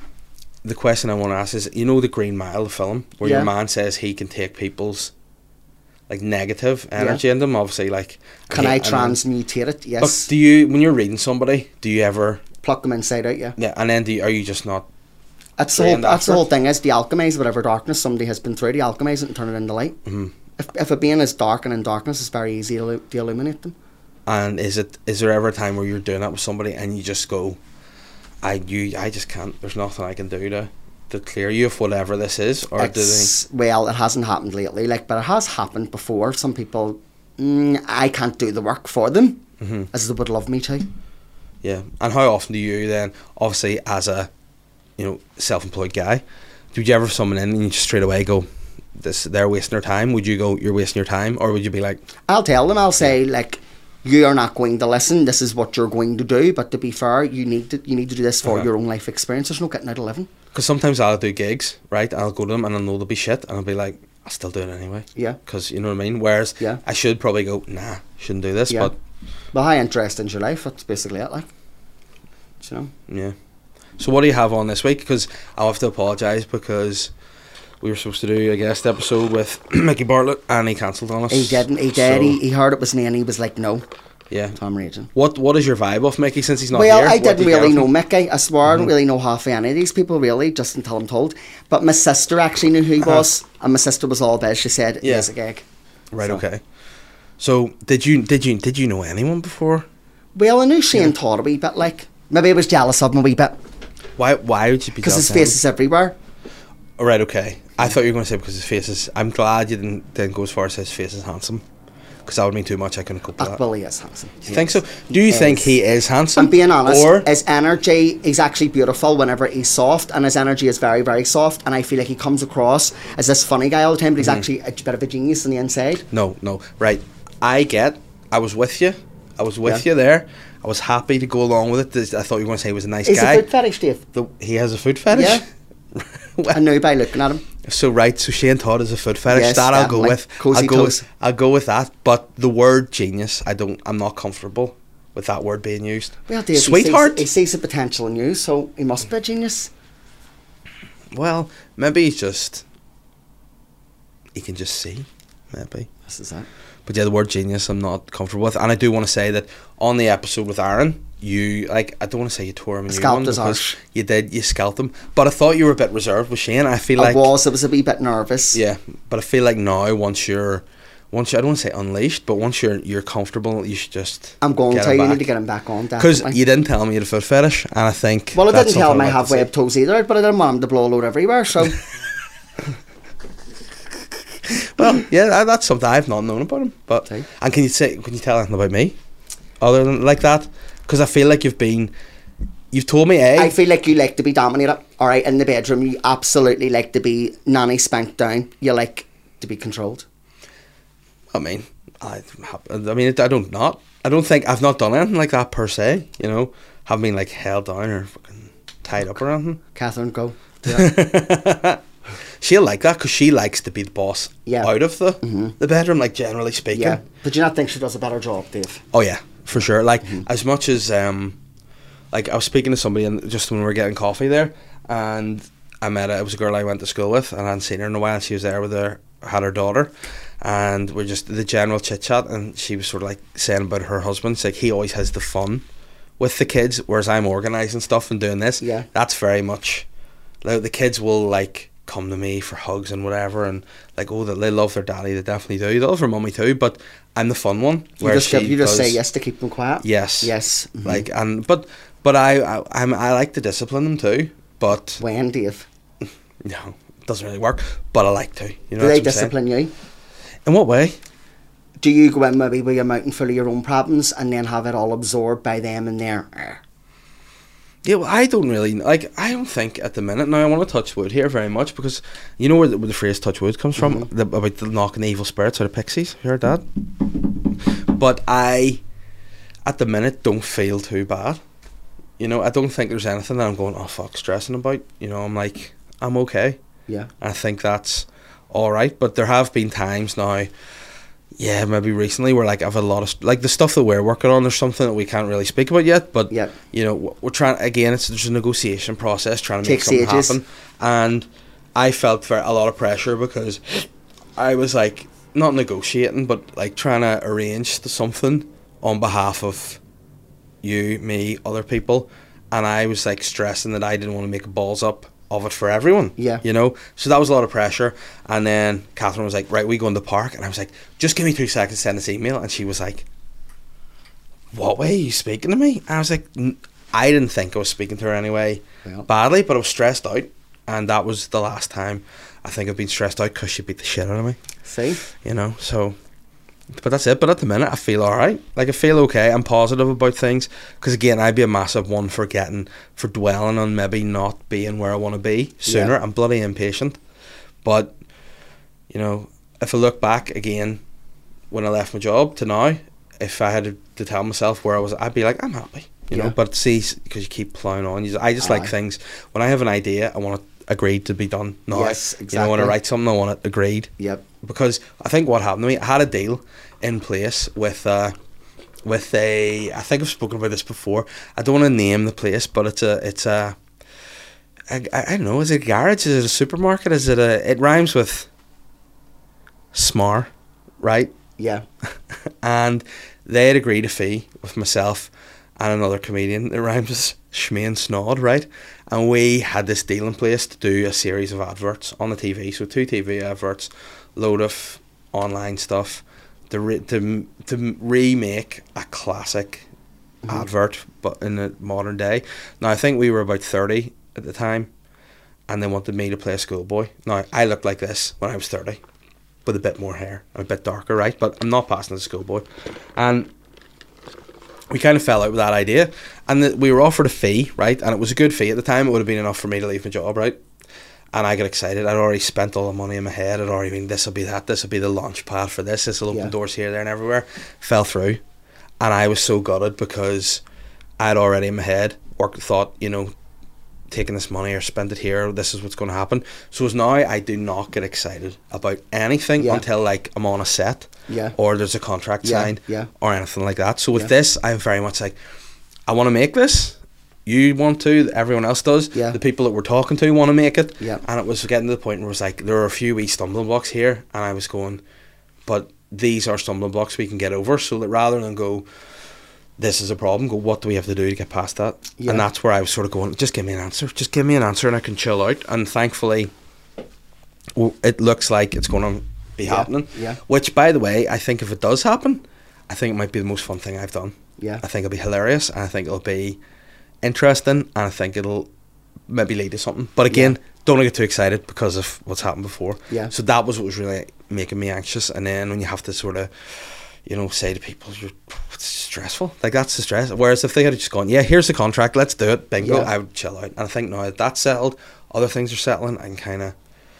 [SPEAKER 1] the question I want to ask is, you know, the Green Mile film where
[SPEAKER 3] Yeah.
[SPEAKER 1] your man says he can take people's like negative energy in them. Obviously, like
[SPEAKER 3] can I
[SPEAKER 1] hate- and-
[SPEAKER 3] transmutate it?
[SPEAKER 1] But
[SPEAKER 3] Yes,
[SPEAKER 1] do you when you're reading somebody, do you ever?
[SPEAKER 3] pluck them inside out. Yeah.
[SPEAKER 1] Yeah, and then do you, are you just not?
[SPEAKER 3] That's the
[SPEAKER 1] Grey
[SPEAKER 3] whole.
[SPEAKER 1] and
[SPEAKER 3] That's the
[SPEAKER 1] dark.
[SPEAKER 3] whole thing is de alchemize whatever darkness somebody has been through. De alchemize it and turn it into light. Mm-hmm. If if a being is dark and in darkness, it's very easy to, illu- to illuminate them.
[SPEAKER 1] And is it is there ever a time where you're doing that with somebody and you just go, I you I just can't. There's nothing I can do to to clear you of whatever this is, or do they?
[SPEAKER 3] It's- well, it hasn't happened lately, like, but it has happened before. Some people, mm, I can't do the work for them,
[SPEAKER 1] Mhm.
[SPEAKER 3] as they would love me to.
[SPEAKER 1] Yeah, and how often do you then, obviously as a, you know, self-employed guy, did you ever have someone in and you just straight away go, this they're wasting their time? Would you go, you're wasting your time, or would you be like,
[SPEAKER 3] I'll tell them. I'll say like, you are not going to listen. This is what you're going to do. But to be fair, you need to you need to do this for
[SPEAKER 1] Uh-huh.
[SPEAKER 3] your own life experience. There's no getting out of living.
[SPEAKER 1] because sometimes I'll do gigs, right? and I'll go to them and I know they'll be shit, and I'll be like, I'll still do it anyway,
[SPEAKER 3] Yeah.
[SPEAKER 1] because you know what I mean. Whereas
[SPEAKER 3] Yeah.
[SPEAKER 1] I should probably go, nah, shouldn't do this,
[SPEAKER 3] Yeah.
[SPEAKER 1] but
[SPEAKER 3] But high interest in your life. That's basically it. Like, Do you know.
[SPEAKER 1] Yeah. So what do you have on this week? Because I'll have to apologise because we were supposed to do a guest episode with Mickey Bartlett and he cancelled on us.
[SPEAKER 3] He didn't. He did.
[SPEAKER 1] So,
[SPEAKER 3] He, he heard it was me, and he was like, "No,
[SPEAKER 1] yeah.
[SPEAKER 3] Tom Raging."
[SPEAKER 1] What What is your vibe of Mickey since he's not
[SPEAKER 3] well,
[SPEAKER 1] here?
[SPEAKER 3] I
[SPEAKER 1] What do
[SPEAKER 3] didn't
[SPEAKER 1] you get Mm-hmm.
[SPEAKER 3] really
[SPEAKER 1] off
[SPEAKER 3] know
[SPEAKER 1] him?
[SPEAKER 3] Mickey. I swear, I don't really know half of any of these people, really, just until I'm told. But my sister actually knew who he was, and my sister was all about. She said,
[SPEAKER 1] Uh-huh. Yeah.
[SPEAKER 3] "He's a gig."
[SPEAKER 1] Right.
[SPEAKER 3] So-
[SPEAKER 1] Okay. So did you did you did you know anyone before?
[SPEAKER 3] Well, I knew Shane Todd a wee bit. Like, maybe I was jealous of him a wee bit
[SPEAKER 1] Why Why would you be?
[SPEAKER 3] because his
[SPEAKER 1] jealous of him?
[SPEAKER 3] face is everywhere.
[SPEAKER 1] Right. Okay. I thought you were going to say because his face is. I'm glad you didn't didn't go as far as say his face is handsome, because that would mean too much. I couldn't cope with
[SPEAKER 3] But
[SPEAKER 1] that.
[SPEAKER 3] Ah, well, he is handsome.
[SPEAKER 1] Do you think so? Do you think
[SPEAKER 3] is.
[SPEAKER 1] he is handsome?
[SPEAKER 3] I'm being honest.
[SPEAKER 1] Or
[SPEAKER 3] his energy is actually beautiful whenever he's soft, and his energy is very, very soft. And I feel like he comes across as this funny guy all the time, but he's
[SPEAKER 1] Mm-hmm.
[SPEAKER 3] actually a bit of a genius on the inside.
[SPEAKER 1] No, no. Right. I get. I was with you. I was with you there. I was happy to go along with it. This- I thought you were going to say he was a nice
[SPEAKER 3] He's
[SPEAKER 1] guy.
[SPEAKER 3] a good fetish, Dave.
[SPEAKER 1] The- he has a food fetish.
[SPEAKER 3] Yeah. I know by looking at him.
[SPEAKER 1] So right. So Shane Todd is a food fetish.
[SPEAKER 3] Yes,
[SPEAKER 1] that I'll go
[SPEAKER 3] definitely.
[SPEAKER 1] with.
[SPEAKER 3] Cozy
[SPEAKER 1] I'll go.
[SPEAKER 3] toes.
[SPEAKER 1] With, I'll go with that. But the word genius, I don't. I'm not comfortable with that word being used.
[SPEAKER 3] Well, Dave,
[SPEAKER 1] Sweetheart.
[SPEAKER 3] He sees, he sees the potential in you, so he must be a genius.
[SPEAKER 1] well, maybe he's just. He can just see, maybe.
[SPEAKER 3] This is it.
[SPEAKER 1] But yeah, the word genius I'm not comfortable with. And I do want to say that on the episode with Aaron, you like I don't want to say you tore him a new
[SPEAKER 3] Scalped
[SPEAKER 1] one
[SPEAKER 3] his
[SPEAKER 1] because
[SPEAKER 3] arse.
[SPEAKER 1] you did, you scalped him. But I thought you were a bit reserved with Shane. I feel
[SPEAKER 3] I
[SPEAKER 1] like
[SPEAKER 3] was. I was a wee bit nervous.
[SPEAKER 1] Yeah. But I feel like now once you're once you, I don't want to say unleashed, but once you're you're comfortable, you should just
[SPEAKER 3] I'm going to
[SPEAKER 1] get
[SPEAKER 3] tell
[SPEAKER 1] him
[SPEAKER 3] you, you
[SPEAKER 1] back.
[SPEAKER 3] need to get him back on.
[SPEAKER 1] because
[SPEAKER 3] definitely.
[SPEAKER 1] you didn't tell me you had a foot fetish, and I think
[SPEAKER 3] well, I
[SPEAKER 1] that's
[SPEAKER 3] didn't tell him
[SPEAKER 1] something
[SPEAKER 3] I
[SPEAKER 1] I'd
[SPEAKER 3] have
[SPEAKER 1] like
[SPEAKER 3] web
[SPEAKER 1] to
[SPEAKER 3] toes either, but I didn't want him to blow a load everywhere. So
[SPEAKER 1] see. well, yeah, that, that's something I've not known about him. But
[SPEAKER 3] Aye.
[SPEAKER 1] and can you say can you tell anything about me other than like that? Because I feel like you've been you've told me eh? A.
[SPEAKER 3] I feel like you like to be dominated. All right, in the bedroom, you absolutely like to be nanny spanked down. You like to be controlled.
[SPEAKER 1] I mean, I, I mean, I don't not. I don't think I've not done anything like that per se. You know, have been like held down or fucking tied up or anything.
[SPEAKER 3] Catherine, go.
[SPEAKER 1] She'll like that because she likes to be the boss
[SPEAKER 3] Yeah. Mm-hmm.
[SPEAKER 1] out of the the bedroom, like generally speaking.
[SPEAKER 3] Yeah. But do you not think she does a better job, Dave?
[SPEAKER 1] Oh yeah, for sure. Like
[SPEAKER 3] Mm-hmm.
[SPEAKER 1] as much as um, like I was speaking to somebody and just when we were getting coffee there, and I met her. It was a girl I went to school with, and I hadn't seen her in a while. She was there with her, had her daughter, and we're just the general chit chat. And she was sort of like saying about her husband. It's like he always has the fun with the kids, whereas I'm organising stuff and doing this.
[SPEAKER 3] Yeah.
[SPEAKER 1] that's very much. Like the kids will like come to me for hugs and whatever, and like oh, they- they love their daddy. They definitely do. They love their mummy too, but. I'm the fun one.
[SPEAKER 3] You just, give,
[SPEAKER 1] she
[SPEAKER 3] you just say
[SPEAKER 1] does-
[SPEAKER 3] yes to keep them quiet.
[SPEAKER 1] Yes.
[SPEAKER 3] Yes. Mhm.
[SPEAKER 1] Like and but but I, I I'm I like to discipline them too, but
[SPEAKER 3] when, Dave?
[SPEAKER 1] no, it doesn't really work. But I like to. You know.
[SPEAKER 3] Do they
[SPEAKER 1] that's what I'm saying.
[SPEAKER 3] discipline you?
[SPEAKER 1] In what way?
[SPEAKER 3] Do you go in maybe with your mountain full of your own problems and then have it all absorbed by them and their?
[SPEAKER 1] Yeah, well, I don't really like. I don't think at the minute. Now I want to touch wood here very much because you know where the, where the phrase "touch wood" comes from
[SPEAKER 3] Mm-hmm.
[SPEAKER 1] the, about the knocking the evil spirits out of pixies. You heard that? But I, at the minute, don't feel too bad. You know, I don't think there's anything that I'm going, oh fuck, stressing about. You know, I'm like, I'm okay.
[SPEAKER 3] Yeah.
[SPEAKER 1] I think that's all right. But there have been times now, yeah, maybe recently, where like I've had a lot of st- like the stuff that we're working on. There's something that we can't really speak about yet, but
[SPEAKER 3] Yep.
[SPEAKER 1] you know, w- we're trying again. It's there's a negotiation process trying to make
[SPEAKER 3] Takes
[SPEAKER 1] something
[SPEAKER 3] ages.
[SPEAKER 1] happen, and I felt for a lot of pressure because I was like not negotiating, but like trying to arrange the something on behalf of you, me, other people, and I was like stressing that I didn't want to make balls up of it for everyone.
[SPEAKER 3] Yeah.
[SPEAKER 1] you know. So that was a lot of pressure. And then Catherine was like, "Right, we go in the park," and I was like, "Just give me two seconds to send this email," and she was like, "What way are you speaking to me?" And I was like, "N- "I didn't think I was speaking to her anyway,
[SPEAKER 3] Well.
[SPEAKER 1] badly, but I was stressed out, and that was the last time." I think I've been stressed out because she beat the shit out of me
[SPEAKER 3] See?
[SPEAKER 1] you know. So, but that's it. But at the minute, I feel all right. Like I feel okay. I'm positive about things because again, I'd be a massive one for getting for dwelling on maybe not being where I want to be sooner.
[SPEAKER 3] Yeah.
[SPEAKER 1] I'm bloody impatient, but you know, if I look back again, when I left my job to now, if I had to tell myself where I was, I'd be like, I'm happy. You
[SPEAKER 3] Yeah.
[SPEAKER 1] know, but see, because you keep plowing on, you just, I just like
[SPEAKER 3] Aye.
[SPEAKER 1] things. When I have an idea, I want it agreed to be done. No,
[SPEAKER 3] Yes,
[SPEAKER 1] You know, when I
[SPEAKER 3] exactly.
[SPEAKER 1] write something, I want it agreed
[SPEAKER 3] Yep.
[SPEAKER 1] because I think what happened to me, I had a deal in place with uh, with a. I think I've spoken about this before. I don't want to name the place, but it's a it's a. I, I I don't know. Is it a garage? Is it a supermarket? Is it a? It rhymes with. Smar, right?
[SPEAKER 3] Yeah.
[SPEAKER 1] and they had agreed a fee with myself and another comedian that rhymes with Shmeen Snod, right? And we had this deal in place to do a series of adverts on the TV. So two TV adverts, load of online stuff, to re- to to remake a classic advert, but in the modern day. Now I think we were about thirty at the time, and they wanted me to play a schoolboy. Now I looked like this when I was thirty with a bit more hair and a bit darker, right? But I'm not passing as a schoolboy. And we kind of fell out with that idea. And that we were offered a fee, right? And it was a good fee at the time. It would have been enough for me to leave my job, right? And I got excited. I'd already spent all the money in my head. I'd already been, this will be that. This will be the launch pad for this. This will open
[SPEAKER 3] Yeah.
[SPEAKER 1] doors here, there, and everywhere. Fell through. And I was so gutted because I'd already in my head worked, thought, you know, taking this money or spend it here. This is what's going to happen. So as now, I do not get excited about anything
[SPEAKER 3] Yeah.
[SPEAKER 1] until like I'm on a set,
[SPEAKER 3] Yeah.
[SPEAKER 1] or there's a contract
[SPEAKER 3] Yeah,
[SPEAKER 1] signed,
[SPEAKER 3] yeah.
[SPEAKER 1] or anything like that. So with
[SPEAKER 3] Yeah.
[SPEAKER 1] this, I'm very much like, I want to make this. You want to, everyone else does.
[SPEAKER 3] Yeah.
[SPEAKER 1] The people that we're talking to want to make it.
[SPEAKER 3] Yeah.
[SPEAKER 1] And it was getting to the point where it was like there are a few wee stumbling blocks here, and I was going, but these are stumbling blocks we can get over. So that rather than go, this is a problem. Go, what do we have to do to get past that?
[SPEAKER 3] Yeah.
[SPEAKER 1] And that's where I was sort of going, just give me an answer, just give me an answer, and I can chill out. And thankfully, w- it looks like it's going to be
[SPEAKER 3] Yeah,
[SPEAKER 1] happening.
[SPEAKER 3] yeah.
[SPEAKER 1] Which, by the way, I think if it does happen, I think it might be the most fun thing I've done.
[SPEAKER 3] Yeah.
[SPEAKER 1] I think it'll be hilarious, and I think it'll be interesting, and I think it'll maybe lead to something. But again, don't wanna get too excited because of what's happened before.
[SPEAKER 3] Yeah.
[SPEAKER 1] So that was what was really making me anxious. And then when you have to sort of, you know, say to people, you're it's stressful. Like that's the stress. Whereas if they had just gone, yeah, here's the contract, let's do it, bingo,
[SPEAKER 3] Yeah.
[SPEAKER 1] I would chill out. And I think now that that's settled, other things are settling, I can kind of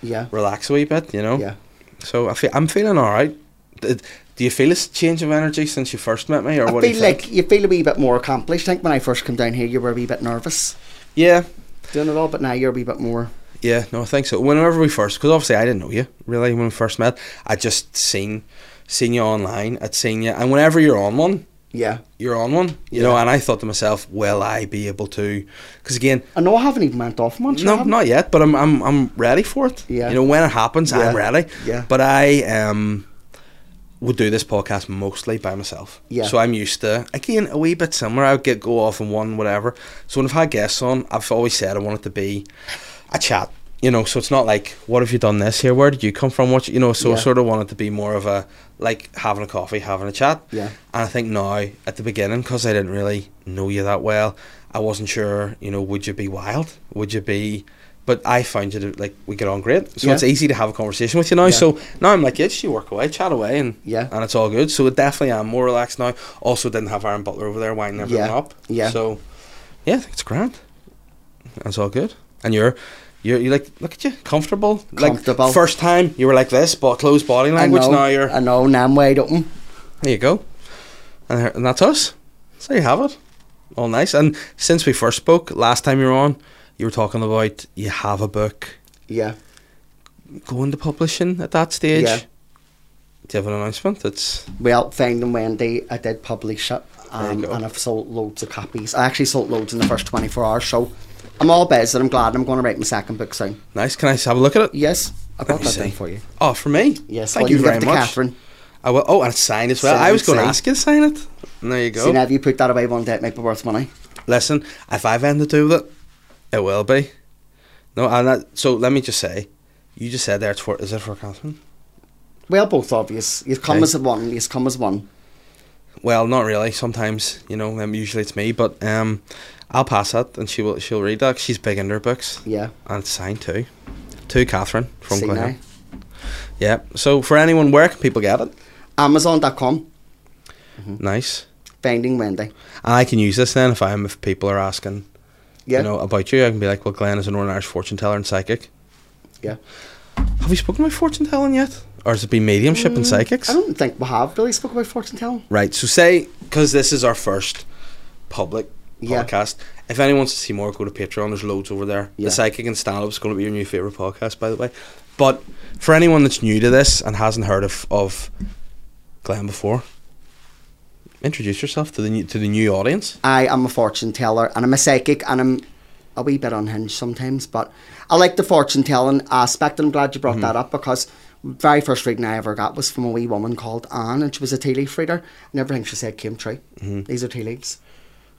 [SPEAKER 3] Yeah.
[SPEAKER 1] relax a wee bit, you know.
[SPEAKER 3] Yeah.
[SPEAKER 1] So I feel I'm feeling all right. D- Do you feel this change of energy since you first met me, or
[SPEAKER 3] I
[SPEAKER 1] what? do
[SPEAKER 3] feel
[SPEAKER 1] you
[SPEAKER 3] like
[SPEAKER 1] think?
[SPEAKER 3] you feel a wee bit more accomplished. I think when I first came down here, you were a wee bit nervous
[SPEAKER 1] yeah,
[SPEAKER 3] doing it all, but now you're a wee bit more.
[SPEAKER 1] yeah. No, I think so. Whenever we first, because obviously I didn't know you really when we first met. I just seen seen you online. I'd seen you, and whenever you're on one,
[SPEAKER 3] Yeah.
[SPEAKER 1] you're on one, you know. And I thought to myself, will I be able to? Because again,
[SPEAKER 3] I know I haven't even went off much. I
[SPEAKER 1] No,
[SPEAKER 3] haven't.
[SPEAKER 1] not yet, but I'm I'm I'm ready for it.
[SPEAKER 3] Yeah.
[SPEAKER 1] You know, when it happens,
[SPEAKER 3] Yeah.
[SPEAKER 1] I'm ready.
[SPEAKER 3] Yeah.
[SPEAKER 1] But I um would do this podcast mostly by myself.
[SPEAKER 3] Yeah.
[SPEAKER 1] So I'm used to again a wee bit similar. I would get go off on one whatever. So when I've had guests on, I've always said I want it to be a chat. You know, so it's not like what have you done this here? Where did you come from? What you know? So I
[SPEAKER 3] Yeah.
[SPEAKER 1] sort of wanted to be more of a like having a coffee, having a chat.
[SPEAKER 3] Yeah.
[SPEAKER 1] And I think now, at the beginning, because I didn't really know you that well, I wasn't sure, you know, would you be wild? Would you be. But I found you, to, like, we get on great. So
[SPEAKER 3] Yeah.
[SPEAKER 1] it's easy to have a conversation with you now.
[SPEAKER 3] Yeah.
[SPEAKER 1] So now I'm like, yeah, just you work away, chat away, and
[SPEAKER 3] Yeah.
[SPEAKER 1] and it's all good. So it definitely am more relaxed now. Also, didn't have Aaron Butler over there winding everyone
[SPEAKER 3] Yeah.
[SPEAKER 1] up.
[SPEAKER 3] Yeah.
[SPEAKER 1] So, yeah, I think it's grand. That's all good. And you're. You're, you're like look at you comfortable.
[SPEAKER 3] Comfortable.
[SPEAKER 1] Like first time you were like this, but closed body
[SPEAKER 3] I
[SPEAKER 1] Uh, language.
[SPEAKER 3] know,
[SPEAKER 1] Now you're
[SPEAKER 3] I know, now I'm wide open.
[SPEAKER 1] there you go. And, her- and that's us. So you have it. All nice. And since we first spoke, last time you were on, you were talking about you have a book
[SPEAKER 3] Yeah.
[SPEAKER 1] going to publishing at that stage.
[SPEAKER 3] Yeah.
[SPEAKER 1] Do you have an announcement? It's
[SPEAKER 3] Well, Finding Wendy, I did publish it um,
[SPEAKER 1] you go.
[SPEAKER 3] and I've sold loads of copies. I actually sold loads in the first 24 hours, so I'm all buzzed and I'm glad I'm going to write my second book soon.
[SPEAKER 1] nice. Can I just have a look at it?
[SPEAKER 3] Yes, I brought
[SPEAKER 1] me
[SPEAKER 3] that
[SPEAKER 1] see.
[SPEAKER 3] down for you.
[SPEAKER 1] Oh, for me?
[SPEAKER 3] Yes,
[SPEAKER 1] Thank
[SPEAKER 3] well,
[SPEAKER 1] you
[SPEAKER 3] can
[SPEAKER 1] very
[SPEAKER 3] give it to
[SPEAKER 1] much.
[SPEAKER 3] Catherine.
[SPEAKER 1] I will. Oh, and it's signed as well. I
[SPEAKER 3] Signed,
[SPEAKER 1] was going to
[SPEAKER 3] signed.
[SPEAKER 1] ask you to sign it. And there you go.
[SPEAKER 3] See, now if you put that away one day, it might be worth money.
[SPEAKER 1] Listen, if I've anything to do with it, it will be. No, and that, so let me just say, you just said there it's for is it for Catherine?
[SPEAKER 3] Well, both obvious. You've come
[SPEAKER 1] Okay.
[SPEAKER 3] as one, you've come as one.
[SPEAKER 1] Well, not really. Sometimes, you know, um, usually it's me, but um, I'll pass that, and she will. She'll read that. 'cause She's big into her books,
[SPEAKER 3] Yeah.
[SPEAKER 1] and it's signed too, to Catherine from
[SPEAKER 3] See now.
[SPEAKER 1] Glenheim. Yeah. So for anyone, where can people get it?
[SPEAKER 3] Amazon.com,
[SPEAKER 1] Nice.
[SPEAKER 3] Finding Wendy.
[SPEAKER 1] And I can use this then if I'm if people are asking,
[SPEAKER 3] Yeah.
[SPEAKER 1] you know, about you. I can be like, well, Glenn is a Northern Irish fortune teller and psychic.
[SPEAKER 3] yeah.
[SPEAKER 1] Have we spoken about fortune telling yet, or has it been mediumship and psychics?
[SPEAKER 3] Mm, I don't think we have really spoke about fortune telling.
[SPEAKER 1] Right. So say because this is our first public
[SPEAKER 3] Yeah.
[SPEAKER 1] podcast. If anyone wants to see more, go to Patreon. There's loads over there.
[SPEAKER 3] Yeah.
[SPEAKER 1] The Psychic and Stand Up is going to be your new favorite podcast, by the way. But for anyone that's new to this and hasn't heard of of Glenn before, introduce yourself to the new, to the new audience.
[SPEAKER 3] I am a fortune teller and I'm a psychic and I'm a wee bit unhinged sometimes, but I like the fortune telling aspect and I'm glad you
[SPEAKER 1] Mm-hmm.
[SPEAKER 3] brought that up because very first reading I ever got was from a wee woman called Anne and she was a tea leaf reader and everything she said came true.
[SPEAKER 1] Mm-hmm.
[SPEAKER 3] These are tea leaves.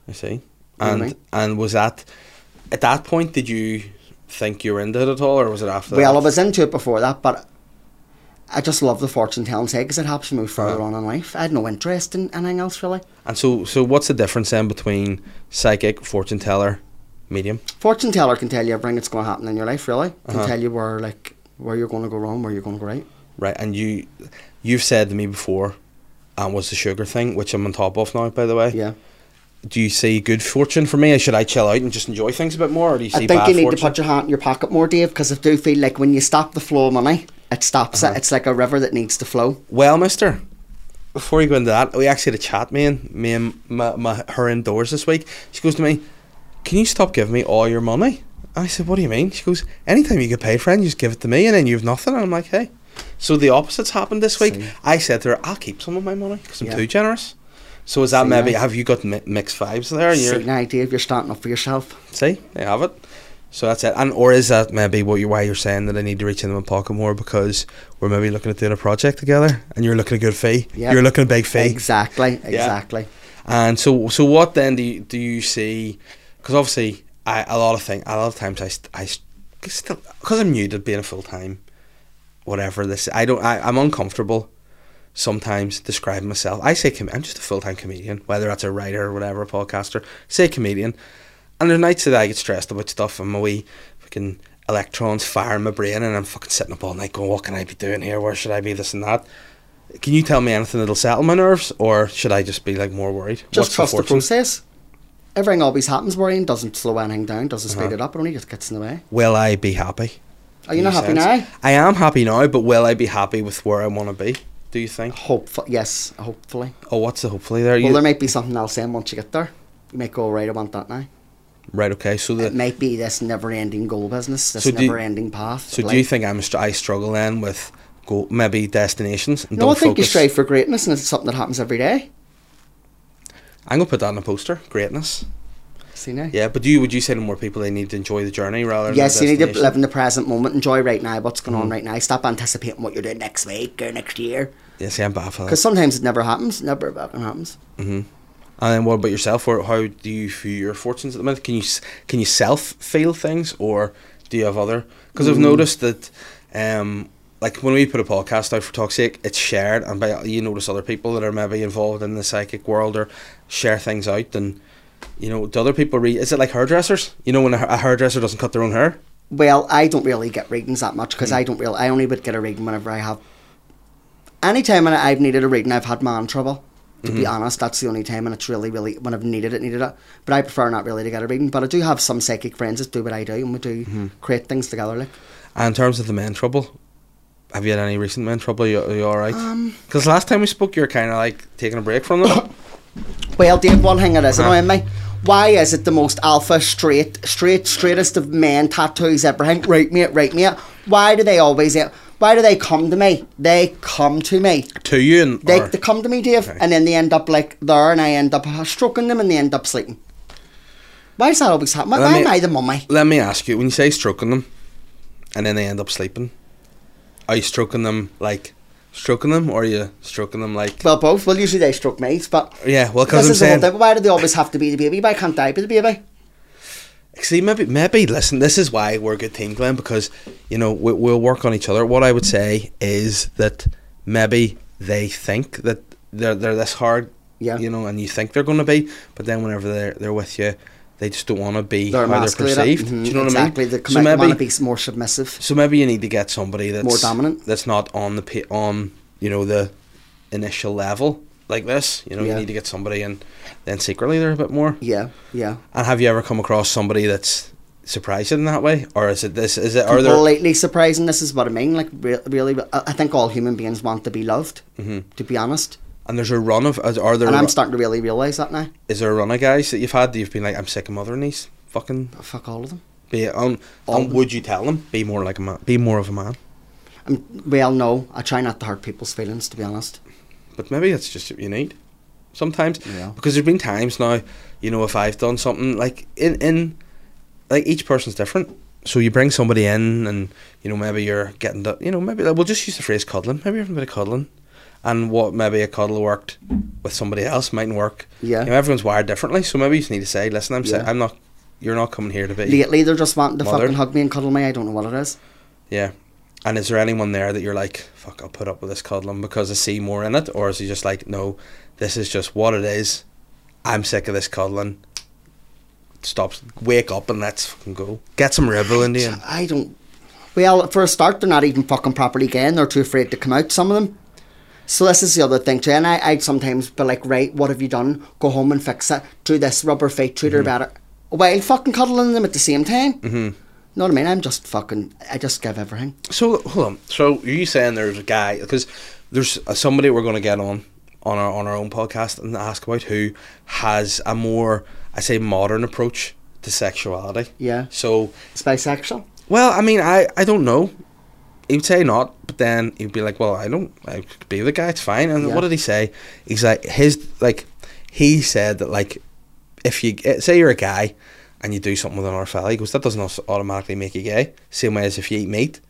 [SPEAKER 1] I see.
[SPEAKER 3] Yeah,
[SPEAKER 1] And
[SPEAKER 3] mate.
[SPEAKER 1] and was that at that point? Did you think you were into it at all, or was it after?
[SPEAKER 3] Well, I
[SPEAKER 1] that?
[SPEAKER 3] was into it before that, but I just love the fortune telling side because it helps you move further
[SPEAKER 1] Uh-huh.
[SPEAKER 3] on in life. I had no interest in anything else really.
[SPEAKER 1] And so so what's the difference then between psychic, fortune teller, medium?
[SPEAKER 3] Fortune teller can tell you everything that's going to happen in your life really. Can
[SPEAKER 1] Uh-huh.
[SPEAKER 3] tell you where like where you're going to go wrong, where you're going to go right.
[SPEAKER 1] Right, and you, you've said to me before, and was the sugar thing, which I'm on top of now, by the way.
[SPEAKER 3] Yeah.
[SPEAKER 1] Do you see good fortune for me? Or should I chill out and just enjoy things a bit more, or do you see
[SPEAKER 3] I think
[SPEAKER 1] bad
[SPEAKER 3] you need
[SPEAKER 1] fortune?
[SPEAKER 3] to put your hand in your pocket more, Dave, because I do feel like when you stop the flow of money, it stops
[SPEAKER 1] Uh-huh.
[SPEAKER 3] it. It's like a river that needs to flow.
[SPEAKER 1] well, Mister, before you go into that, we actually had a chat, me and me and my, my her indoors this week. She goes to me, "Can you stop giving me all your money?" I said, "What do you mean?" She goes, "Anytime you get paid, friend, you just give it to me, and then you have nothing." And I'm like, "Hey." So the opposites happened this week.
[SPEAKER 3] See.
[SPEAKER 1] I said to her, "I'll keep some of my money because I'm
[SPEAKER 3] Yeah.
[SPEAKER 1] too generous." So is that
[SPEAKER 3] See,
[SPEAKER 1] maybe
[SPEAKER 3] now-
[SPEAKER 1] have you got mi- mixed vibes there? and you're-
[SPEAKER 3] See, now, Dave, you're starting up for yourself.
[SPEAKER 1] See, they have it. So that's it. And or is that maybe what you why you're saying that I need to reach into my pocket more because we're maybe looking at doing a project together and you're looking at a good fee.
[SPEAKER 3] Yeah.
[SPEAKER 1] You're looking at a big fee.
[SPEAKER 3] Exactly, exactly.
[SPEAKER 1] And so so what then do you, do you see? Because obviously I a lot of things a lot of times I st- I st- still because I'm new to being a full time whatever this I don't I, I'm uncomfortable sometimes describing myself. I say com- I'm just a full time comedian, whether that's a writer or whatever, a podcaster. Say comedian, And there's nights that I get stressed about stuff and my wee fucking electrons fire in my brain and I'm fucking sitting up all night going, what can I be doing here? Where should I be? This and that. Can you tell me anything that'll settle my nerves or should I just be like more worried?
[SPEAKER 3] Just trust the,
[SPEAKER 1] fortune?
[SPEAKER 3] process. Everything always happens. Worrying doesn't slow anything down, doesn't
[SPEAKER 1] Uh-huh.
[SPEAKER 3] speed it up. It only just gets in the way.
[SPEAKER 1] Will I be happy?
[SPEAKER 3] Are you
[SPEAKER 1] In
[SPEAKER 3] not happy
[SPEAKER 1] a
[SPEAKER 3] now?
[SPEAKER 1] sense. I am happy now, but will I be happy with where I want to be? Do you think?
[SPEAKER 3] Hopefully, yes, hopefully.
[SPEAKER 1] Oh, what's the hopefully there?
[SPEAKER 3] Well,
[SPEAKER 1] You-
[SPEAKER 3] there might be something else in once you get there. You might go, right, I want that now.
[SPEAKER 1] right. Okay. So
[SPEAKER 3] It
[SPEAKER 1] the
[SPEAKER 3] might be this never ending goal business, this
[SPEAKER 1] So do you-
[SPEAKER 3] never ending path.
[SPEAKER 1] so
[SPEAKER 3] of
[SPEAKER 1] do you
[SPEAKER 3] life.
[SPEAKER 1] think I'm str- I struggle then with go maybe destinations? And
[SPEAKER 3] No, I
[SPEAKER 1] don't
[SPEAKER 3] think you
[SPEAKER 1] focus-
[SPEAKER 3] strive for greatness and it's something that happens every day.
[SPEAKER 1] I'm gonna put that on a poster. Greatness.
[SPEAKER 3] See now?
[SPEAKER 1] Yeah, but you would you say to more people they need to enjoy the journey rather? Than
[SPEAKER 3] Yes,
[SPEAKER 1] the
[SPEAKER 3] you need to
[SPEAKER 1] destination? Mm.
[SPEAKER 3] live in the present moment, enjoy right now, what's going on right now. Stop anticipating what you're doing next week or next year.
[SPEAKER 1] Yeah, see, I'm bad for that.
[SPEAKER 3] Because sometimes it never happens, never fucking happens.
[SPEAKER 1] Mm-hmm. And then what about yourself? Or how do you feel your fortunes at the minute? Can you s- can you self feel things, or do you have other? Because I've noticed that, um, like when we put a podcast out for talk's sake, it's shared, and by you notice other people that are maybe involved in the psychic world or share things out, and you know, do other people read? Is it like hairdressers? You know, when a, ha- a hairdresser doesn't cut their own hair,
[SPEAKER 3] Well, I don't really get readings that much because I don't really, I only would get a reading whenever I have. Any time when I've needed a reading, I've had man trouble. To be honest, that's the only time, and it's really, really when I've needed it, needed it. But I prefer not really to get a reading. But I do have some psychic friends that do what I do, and we do create things together. Like
[SPEAKER 1] and in terms of the men trouble. Have you had any recent men trouble? Are you, are you all right? Because last time we spoke, you were kind of like taking a break from them.
[SPEAKER 3] Well, Dave, one thing that is
[SPEAKER 1] Uh-huh.
[SPEAKER 3] annoying me. Why is it the most alpha, straight, straight, straightest of men tattoos everything? Right, mate, right, mate. Why do they always? Why do they come to me? They come to me.
[SPEAKER 1] to you and
[SPEAKER 3] They,
[SPEAKER 1] or-
[SPEAKER 3] they come to me, Dave,
[SPEAKER 1] Okay.
[SPEAKER 3] and then they end up like there, and I end up stroking them, and they end up sleeping. Why is that always happening?
[SPEAKER 1] Let
[SPEAKER 3] Why
[SPEAKER 1] me-
[SPEAKER 3] am I the mummy?
[SPEAKER 1] Let me ask you: When you say stroking them, and then they end up sleeping, are you stroking them like stroking them, or are you stroking them like?
[SPEAKER 3] Well, both. Well, usually they stroke me, but
[SPEAKER 1] yeah, well,
[SPEAKER 3] this
[SPEAKER 1] because I'm
[SPEAKER 3] is the whole
[SPEAKER 1] saying,
[SPEAKER 3] thing. Why do they always have to be the baby? Why can't I be the baby?
[SPEAKER 1] see, maybe, maybe, listen, this is why we're a good team, Glenn, because you know we, we'll work on each other. What I would say is that maybe they think that they're they're this hard,
[SPEAKER 3] Yeah.
[SPEAKER 1] you know, and you think they're going to be, but then whenever they're they're with you, they just don't want to be
[SPEAKER 3] They're
[SPEAKER 1] how they're
[SPEAKER 3] emasculated.
[SPEAKER 1] perceived.
[SPEAKER 3] Mhm,
[SPEAKER 1] Do you know
[SPEAKER 3] exactly.
[SPEAKER 1] what I mean?
[SPEAKER 3] They might want to be more submissive.
[SPEAKER 1] So maybe you need to get somebody that's
[SPEAKER 3] More dominant.
[SPEAKER 1] That's not on the pa- on you know the initial level like this. You know you
[SPEAKER 3] Yeah.
[SPEAKER 1] need to get somebody and then secretly they're a bit more.
[SPEAKER 3] Yeah, yeah.
[SPEAKER 1] And have you ever come across somebody that's surprising that way, or is it this? Is it are there?
[SPEAKER 3] completely surprising. This is what I mean. Like, re- really, re- I I think all human beings want to be loved. To be honest,
[SPEAKER 1] mm-hmm. And there's a run of are are there?
[SPEAKER 3] and I'm
[SPEAKER 1] ru-
[SPEAKER 3] starting to really realize that now.
[SPEAKER 1] is there a run of guys that you've had that you've been like I'm sick of mothering these fucking
[SPEAKER 3] Fuck all of them.
[SPEAKER 1] be on.
[SPEAKER 3] All of
[SPEAKER 1] And
[SPEAKER 3] them.
[SPEAKER 1] would you tell them be more like a man? Be more of a man.
[SPEAKER 3] Um well, no, I try not to hurt people's feelings. To be honest,
[SPEAKER 1] But maybe it's just what you need sometimes.
[SPEAKER 3] Yeah.
[SPEAKER 1] Because there's been times now, you know, if I've done something like in in like each person's different. So you bring somebody in, and you know maybe you're getting the you know maybe like, we'll just use the phrase cuddling. Maybe you're having a bit of cuddling, and what maybe a cuddle worked with somebody else mightn't work.
[SPEAKER 3] Yeah.
[SPEAKER 1] You know, everyone's wired differently, so maybe you just need to say, listen, I'm sa-
[SPEAKER 3] Yeah.
[SPEAKER 1] I'm not, you're not coming here to be.
[SPEAKER 3] lately they're just wanting to
[SPEAKER 1] Mother.
[SPEAKER 3] fucking hug me and cuddle me. I don't know what it is.
[SPEAKER 1] Yeah. And is there anyone there that you're like, fuck, I'll put up with this cuddling because I see more in it? Or is he just like, no, this is just what it is. I'm sick of this cuddling. Stop, wake up and let's fucking go. Get some rebel in you.
[SPEAKER 3] I don't. Well, for a start, they're not even fucking properly gay, and they're too afraid to come out. Some of them. So this is the other thing too, and I, I'd sometimes be like, right, what have you done? Go home and fix it. Do this rubber feet, treat her better. While fucking cuddling them at the same time. Mm-hmm. Know what I mean? I'm just fucking. I just give everything.
[SPEAKER 1] So, hold on. So, are you saying there's a guy, because there's uh, somebody we're going to get on on our, on our own podcast and ask about who has a more, I say, modern approach to sexuality?
[SPEAKER 3] Yeah.
[SPEAKER 1] So,
[SPEAKER 3] It's bisexual.
[SPEAKER 1] Well, I mean, I, I don't know. He would say not, but then he'd be like, "Well, I don't. I could be the guy. It's fine." And
[SPEAKER 3] Yeah.
[SPEAKER 1] what did he say? He's like his like he said that like if you eh, say you're a guy and you do something with another fella, he goes that doesn't also automatically make you gay. Same way as if you eat meat,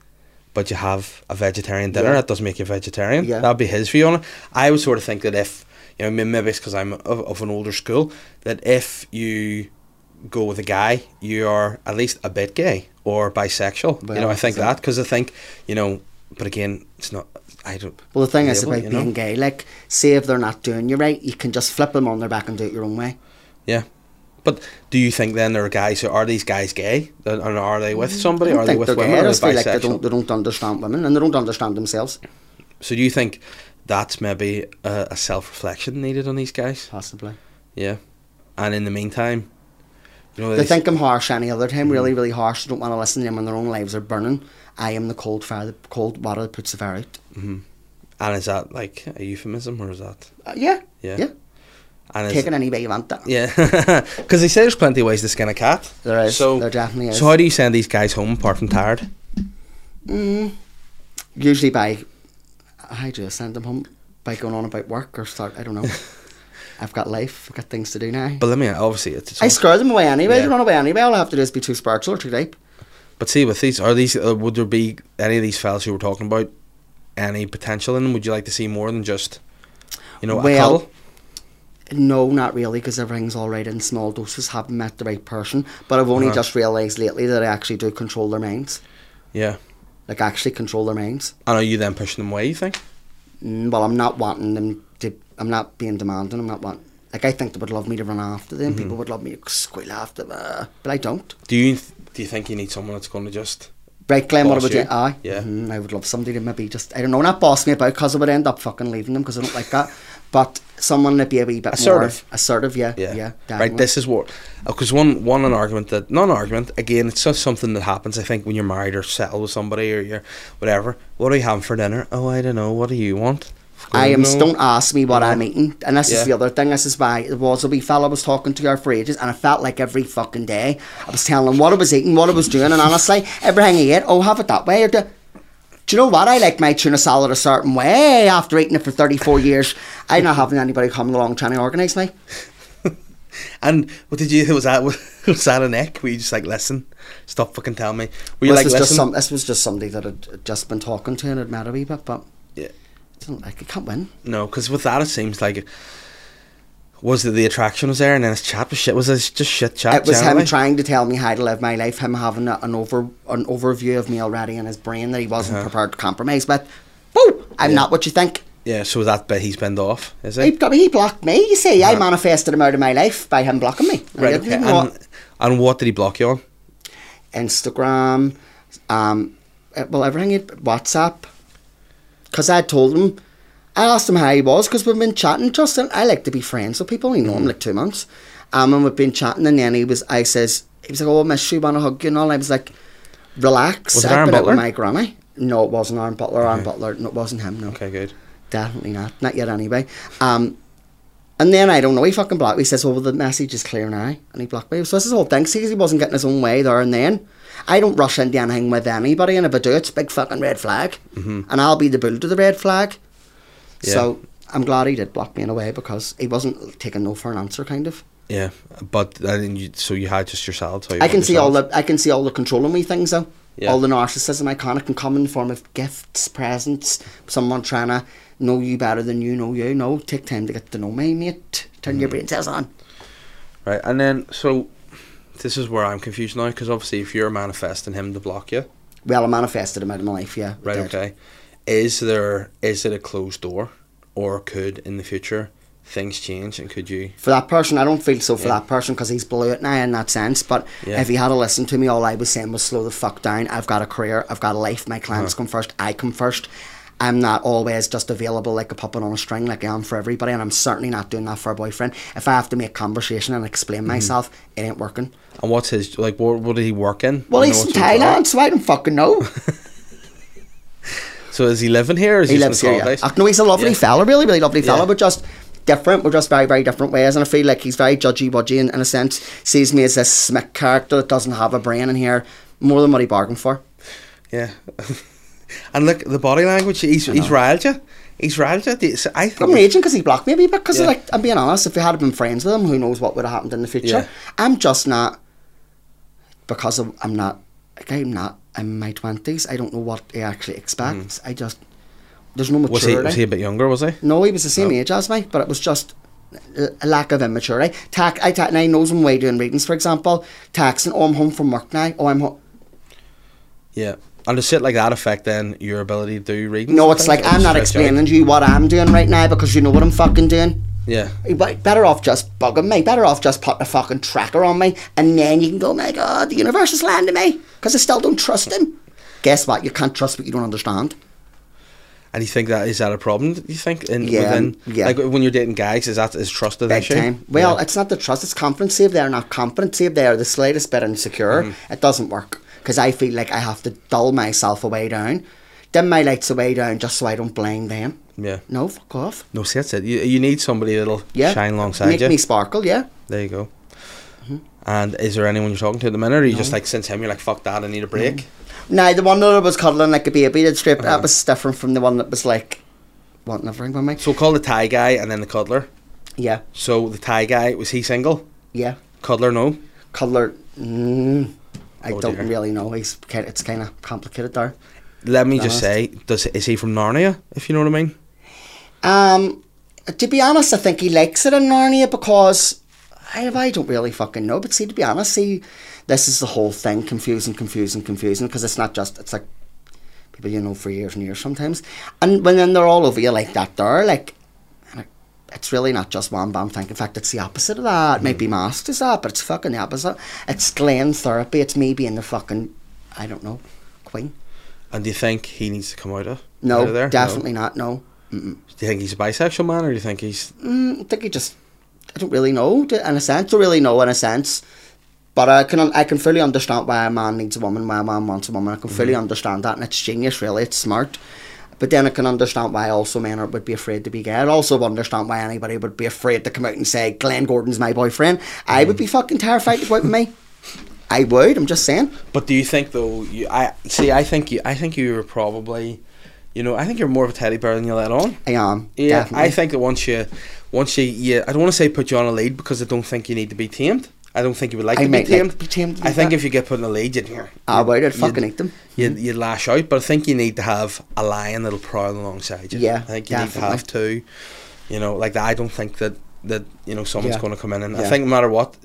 [SPEAKER 1] but you have a vegetarian dinner,
[SPEAKER 3] Yeah.
[SPEAKER 1] that doesn't make you a vegetarian.
[SPEAKER 3] Yeah.
[SPEAKER 1] That'd be his view on it. I would sort of think that if you know may- maybe it's because I'm of, of an older school that if you go with a guy, you are at least a bit gay or bisexual. you know,
[SPEAKER 3] Well,
[SPEAKER 1] I think
[SPEAKER 3] so-
[SPEAKER 1] that because I think you know, but again, it's not. I don't.
[SPEAKER 3] Well, the thing is
[SPEAKER 1] label it,
[SPEAKER 3] about
[SPEAKER 1] you know?
[SPEAKER 3] being gay. Like, say if they're not doing you right, you can just flip them on their back and do it your own way.
[SPEAKER 1] Yeah, But do you think then there are guys who are these guys gay? And are they with somebody?
[SPEAKER 3] Mm, I don't
[SPEAKER 1] Are they
[SPEAKER 3] think
[SPEAKER 1] with
[SPEAKER 3] they're
[SPEAKER 1] women?
[SPEAKER 3] gay. I
[SPEAKER 1] Are
[SPEAKER 3] just
[SPEAKER 1] they
[SPEAKER 3] feel like they
[SPEAKER 1] bisexual?
[SPEAKER 3] don't, they don't understand women and they don't understand themselves.
[SPEAKER 1] So do you think that's maybe a, a self reflection needed on these guys?
[SPEAKER 3] Possibly.
[SPEAKER 1] Yeah. And in the meantime, you know,
[SPEAKER 3] They think I'm harsh any other
[SPEAKER 1] Hmm.
[SPEAKER 3] time, really, really harsh. They don't want to listen to them when their own lives are burning. I am the cold fire, the cold water that puts the fire out.
[SPEAKER 1] and is that like a euphemism or is that
[SPEAKER 3] Uh, yeah.
[SPEAKER 1] yeah
[SPEAKER 3] Yeah.
[SPEAKER 1] And
[SPEAKER 3] Take
[SPEAKER 1] is,
[SPEAKER 3] it any way you want that.
[SPEAKER 1] yeah, because they say there's plenty of ways to skin a cat.
[SPEAKER 3] There is.
[SPEAKER 1] So
[SPEAKER 3] There definitely is.
[SPEAKER 1] So how do you send these guys home apart from tired?
[SPEAKER 3] Hmm. Usually by, I do send them home by going on about work or start, I don't know. I've got life, I've got things to do now.
[SPEAKER 1] But let me obviously it's. it's
[SPEAKER 3] I scare them away anyway,
[SPEAKER 1] Yeah.
[SPEAKER 3] they run away anyway. All I have to do is be too spiritual or too deep.
[SPEAKER 1] But see, with these, are these uh, would there be any of these fellas who we're talking about any potential in them? Would you like to see more than just, you know,
[SPEAKER 3] Well,
[SPEAKER 1] a cuddle?
[SPEAKER 3] No, not really, because everything's all right in small doses. Haven't met the right person, but I've only
[SPEAKER 1] Uh-huh.
[SPEAKER 3] just realised lately that I actually do control their minds.
[SPEAKER 1] Yeah.
[SPEAKER 3] Like actually control their minds.
[SPEAKER 1] And are you then pushing them away? You think?
[SPEAKER 3] Mm, well, I'm not wanting them to. I'm not being demanding. I'm not want. Like I think they would love me to run after them.
[SPEAKER 1] Mm-hmm.
[SPEAKER 3] People would love me to squeal after them, uh, but I don't.
[SPEAKER 1] Do you th- do you think you need someone that's going to just?
[SPEAKER 3] Right, Glenn, what
[SPEAKER 1] Boss
[SPEAKER 3] about you?
[SPEAKER 1] you?
[SPEAKER 3] Aye.
[SPEAKER 1] Yeah.
[SPEAKER 3] Mhm, I would love somebody to maybe just, I don't know, not boss me about because I would end up fucking leaving them because I don't like that. But someone to be a wee bit
[SPEAKER 1] Assertive.
[SPEAKER 3] more assertive, yeah.
[SPEAKER 1] Yeah.
[SPEAKER 3] Yeah.
[SPEAKER 1] right.
[SPEAKER 3] definitely.
[SPEAKER 1] This is what because one one an argument that not an argument again. It's just something that happens. I think when you're married or settled with somebody or you're whatever. What are you having for dinner? Oh, I don't know. What do you want?
[SPEAKER 3] I am.
[SPEAKER 1] No.
[SPEAKER 3] Don't ask me what I'm eating. And this
[SPEAKER 1] Yeah.
[SPEAKER 3] is the other thing. This is why there was a wee fella I was talking to her for ages, and I felt like every fucking day I was telling him what I was eating, what I was doing, and honestly, everything he ate, oh, have it that way. Or do, do you know what? I like my tuna salad a certain way. After eating it for 34 years, I'm not having anybody coming along trying to organise me.
[SPEAKER 1] And what did you? Was that was that a neck? Were you just like listen? Stop fucking telling me. Were you
[SPEAKER 3] this
[SPEAKER 1] like
[SPEAKER 3] was
[SPEAKER 1] listen?
[SPEAKER 3] just some. This was just somebody that had had just been talking to and had met a wee bit, but
[SPEAKER 1] Yeah.
[SPEAKER 3] it's not like I can't win.
[SPEAKER 1] No, because with that it seems like it was that the attraction was there, and then his chat was shit. Was this just shit chat?
[SPEAKER 3] It was
[SPEAKER 1] generally?
[SPEAKER 3] him trying to tell me how to live my life, him having a, an over an overview of me already in his brain that he wasn't
[SPEAKER 1] Uh-huh.
[SPEAKER 3] prepared to compromise with. Woo! I'm not what you think.
[SPEAKER 1] Yeah, so that bit he's bend off, is
[SPEAKER 3] He,
[SPEAKER 1] it?
[SPEAKER 3] got me, he blocked me, you see. I manifested him out of my life by him blocking me. I
[SPEAKER 1] Uh-huh. Right.
[SPEAKER 3] didn't
[SPEAKER 1] Okay.
[SPEAKER 3] even know
[SPEAKER 1] And, and what did he block you on?
[SPEAKER 3] it. Instagram, um, uh, well, everything, he'd- WhatsApp. Because I told him, I asked him how he was, because we've been chatting, Justin. I like to be friends with people. You know him like two months. Um, and we've been chatting, and then he was, I says, he was like, oh, I miss you, want to hug you and all. I was like, relax.
[SPEAKER 1] Was it
[SPEAKER 3] I've
[SPEAKER 1] Aaron
[SPEAKER 3] been out
[SPEAKER 1] Butler?
[SPEAKER 3] with my granny. No, it wasn't Aaron Butler. Aaron Butler, no, it wasn't him, no.
[SPEAKER 1] Okay, good.
[SPEAKER 3] Definitely not. Not yet, anyway. Um, and then I don't know. He fucking blocked me. He says, "Well, the message is clear now," and he blocked me. So this is all thing. See, 'cause he wasn't getting his own way there and then. I don't rush into anything with anybody, and if I do, it's a big fucking red flag, and I'll be the bull to the red flag.
[SPEAKER 1] Yeah.
[SPEAKER 3] So I'm glad he did block me in a way because he wasn't taking no for an answer, kind of.
[SPEAKER 1] Yeah, but then you, so you had just your salad. So you
[SPEAKER 3] I
[SPEAKER 1] want
[SPEAKER 3] can
[SPEAKER 1] your
[SPEAKER 3] see all
[SPEAKER 1] salad.
[SPEAKER 3] the I can see all the controlling me things though.
[SPEAKER 1] Yeah.
[SPEAKER 3] All the narcissism I kind of can come in the form of gifts, presents, someone trying to know you better than you know you. No, take time to get to know me, mate. Turn
[SPEAKER 1] Mm-hmm.
[SPEAKER 3] your brain cells on.
[SPEAKER 1] right, and then so this is where I'm confused now because obviously if you're manifesting him to block you,
[SPEAKER 3] Well, I manifested him out of my life, yeah. I
[SPEAKER 1] right?
[SPEAKER 3] did.
[SPEAKER 1] Okay, is there is it a closed door, or could in the future things change and could you?
[SPEAKER 3] For that person, I don't feel so for
[SPEAKER 1] Yeah.
[SPEAKER 3] that person because he's blew it now in that sense. But
[SPEAKER 1] Yeah.
[SPEAKER 3] if he had to listen to me, all I was saying was slow the fuck down. I've got a career, I've got a life. My clients
[SPEAKER 1] Uh-huh.
[SPEAKER 3] come first, I come first. I'm not always just available like a puppet on a string, like I am for everybody, and I'm certainly not doing that for a boyfriend. If I have to make conversation and explain
[SPEAKER 1] Mm-hmm.
[SPEAKER 3] myself, it ain't working.
[SPEAKER 1] And what's his like? What what did he work in?
[SPEAKER 3] Well,
[SPEAKER 1] You know,
[SPEAKER 3] he's in
[SPEAKER 1] what's his job?
[SPEAKER 3] Thailand, so I don't fucking know.
[SPEAKER 1] So is he living here? Or is he,
[SPEAKER 3] He
[SPEAKER 1] just
[SPEAKER 3] lives
[SPEAKER 1] in the
[SPEAKER 3] here. Yeah.
[SPEAKER 1] colonies?
[SPEAKER 3] Ach, no, he's a lovely
[SPEAKER 1] Yeah.
[SPEAKER 3] fella, really, really lovely fella,
[SPEAKER 1] Yeah.
[SPEAKER 3] but just different. We're just very, very different ways. And I feel like he's very judgy, budgy, and in a sense, sees me as this smick character that doesn't have a brain in here more than what he bargained for.
[SPEAKER 1] Yeah.
[SPEAKER 3] Uh,
[SPEAKER 1] and look, the body language, he's, he's riled you. He's riled you. The- so I
[SPEAKER 3] I'm
[SPEAKER 1] think
[SPEAKER 3] raging because he blocked me a wee bit. Because,
[SPEAKER 1] Yeah.
[SPEAKER 3] like, I'm being honest, if we had been friends with him, who knows what would have happened in the future.
[SPEAKER 1] Yeah.
[SPEAKER 3] I'm just not, because of, I'm not, like, I'm not in my 20s. I don't know what he actually expects. I just, there's no maturity.
[SPEAKER 1] Mm. was he, was he a bit younger, was he?
[SPEAKER 3] No, he was the same age as me, but it was just a a lack of immaturity. Tax, I, tax, now he knows I'm way doing readings, for example. Taxing, oh, I'm home from work now. Oh, I'm home.
[SPEAKER 1] Yeah. And does shit like that affect then your ability to do reading?
[SPEAKER 3] No, it's like I'm not explaining to you what I'm doing right now because you know what I'm fucking doing.
[SPEAKER 1] Yeah.
[SPEAKER 3] You be- Better off just bugging me. Better off just putting a fucking tracker on me, and then you can go, my God, the universe is lying to me because I still don't trust him. Guess what? You can't trust what you don't understand.
[SPEAKER 1] And you think that is that a problem? You think in
[SPEAKER 3] Yeah,
[SPEAKER 1] within
[SPEAKER 3] yeah.
[SPEAKER 1] like when you're dating guys, is that is trust an
[SPEAKER 3] Big
[SPEAKER 1] issue?
[SPEAKER 3] time. Well,
[SPEAKER 1] Yeah.
[SPEAKER 3] it's not the trust; it's confidence. See if they're not confident, see if they are the slightest bit insecure,
[SPEAKER 1] Mm-hmm.
[SPEAKER 3] it doesn't work. Because I feel like I have to dull myself away down, dim my lights away down, just so I don't blame them.
[SPEAKER 1] yeah.
[SPEAKER 3] No, fuck off.
[SPEAKER 1] No, see that's it. You, you need somebody that'll
[SPEAKER 3] Yeah,
[SPEAKER 1] shine alongside
[SPEAKER 3] Make
[SPEAKER 1] you.
[SPEAKER 3] me Mm-hmm. sparkle. Yeah.
[SPEAKER 1] There you go. And is there anyone you're talking to at the minute, or are you just like since him, you're like fuck that, I need a break.
[SPEAKER 3] Now the one that was cuddling like a baby, that strip
[SPEAKER 1] Uh-huh.
[SPEAKER 3] that was different from the one that was like wanting a ring with me.
[SPEAKER 1] So call the Thai guy and then the cuddler.
[SPEAKER 3] Yeah,
[SPEAKER 1] So the Thai guy was he single?
[SPEAKER 3] yeah.
[SPEAKER 1] Cuddler, no.
[SPEAKER 3] Cuddler. Mm, I
[SPEAKER 1] Oh,
[SPEAKER 3] don't
[SPEAKER 1] dear.
[SPEAKER 3] really know. He's ki- it's kind of complicated there.
[SPEAKER 1] Let me just say,
[SPEAKER 3] Honest.
[SPEAKER 1] does is he from Narnia? If you know what I mean.
[SPEAKER 3] Um, to be honest, I think he likes it in Narnia because I, I don't really fucking know. But see, to be honest, see, this is the whole thing confusing, confusing, confusing because it's not just it's like people you know for years and years sometimes, and when then they're all over you like that, there like. and it- It's really not just one bam thing. In fact, it's the opposite of that. It might be masked as that, but it's fucking the opposite. It's Glen therapy. It's me being the fucking, I don't know, queen.
[SPEAKER 1] And do you think he needs to come out of?
[SPEAKER 3] No,
[SPEAKER 1] out of there?
[SPEAKER 3] definitely not. No.
[SPEAKER 1] Do you think he's a bisexual man, or do you think he's
[SPEAKER 3] Mm, I think he just. I don't really know d- in a sense. Don't really know in a sense, but I can I can fully understand why a man needs a woman, why a man wants a woman. I can fully understand that, and it's genius, really. It's smart. But then I can understand why also men are, would be afraid to be gay. I'd also understand why anybody would be afraid to come out and say Glenn Gordon's my boyfriend. I would be fucking terrified to go out with me. I would. I'm just saying.
[SPEAKER 1] But do you think though? You, I see. I think you. I think you were probably, you know, I think you're more of a teddy bear than you let on.
[SPEAKER 3] I am.
[SPEAKER 1] Yeah,
[SPEAKER 3] definitely.
[SPEAKER 1] I think that once you, once you, yeah, I don't want to say put you on a lead because I don't think you need to be tamed. I don't think you would like
[SPEAKER 3] I
[SPEAKER 1] to be
[SPEAKER 3] might like
[SPEAKER 1] tamed.
[SPEAKER 3] to be tamed
[SPEAKER 1] I think
[SPEAKER 3] like that. Mm-hmm.
[SPEAKER 1] if you get put in a lead, you'd,
[SPEAKER 3] I would. I'd
[SPEAKER 1] you'd-
[SPEAKER 3] fucking eat them.
[SPEAKER 1] you'd, you'd lash out. But I think you need to have a lion that'll prowl alongside you.
[SPEAKER 3] Yeah,
[SPEAKER 1] I think you need to
[SPEAKER 3] definitely.
[SPEAKER 1] have two. You know, like that. I don't think that that you know someone's
[SPEAKER 3] Yeah.
[SPEAKER 1] going to come in, and I
[SPEAKER 3] Yeah.
[SPEAKER 1] think no matter what,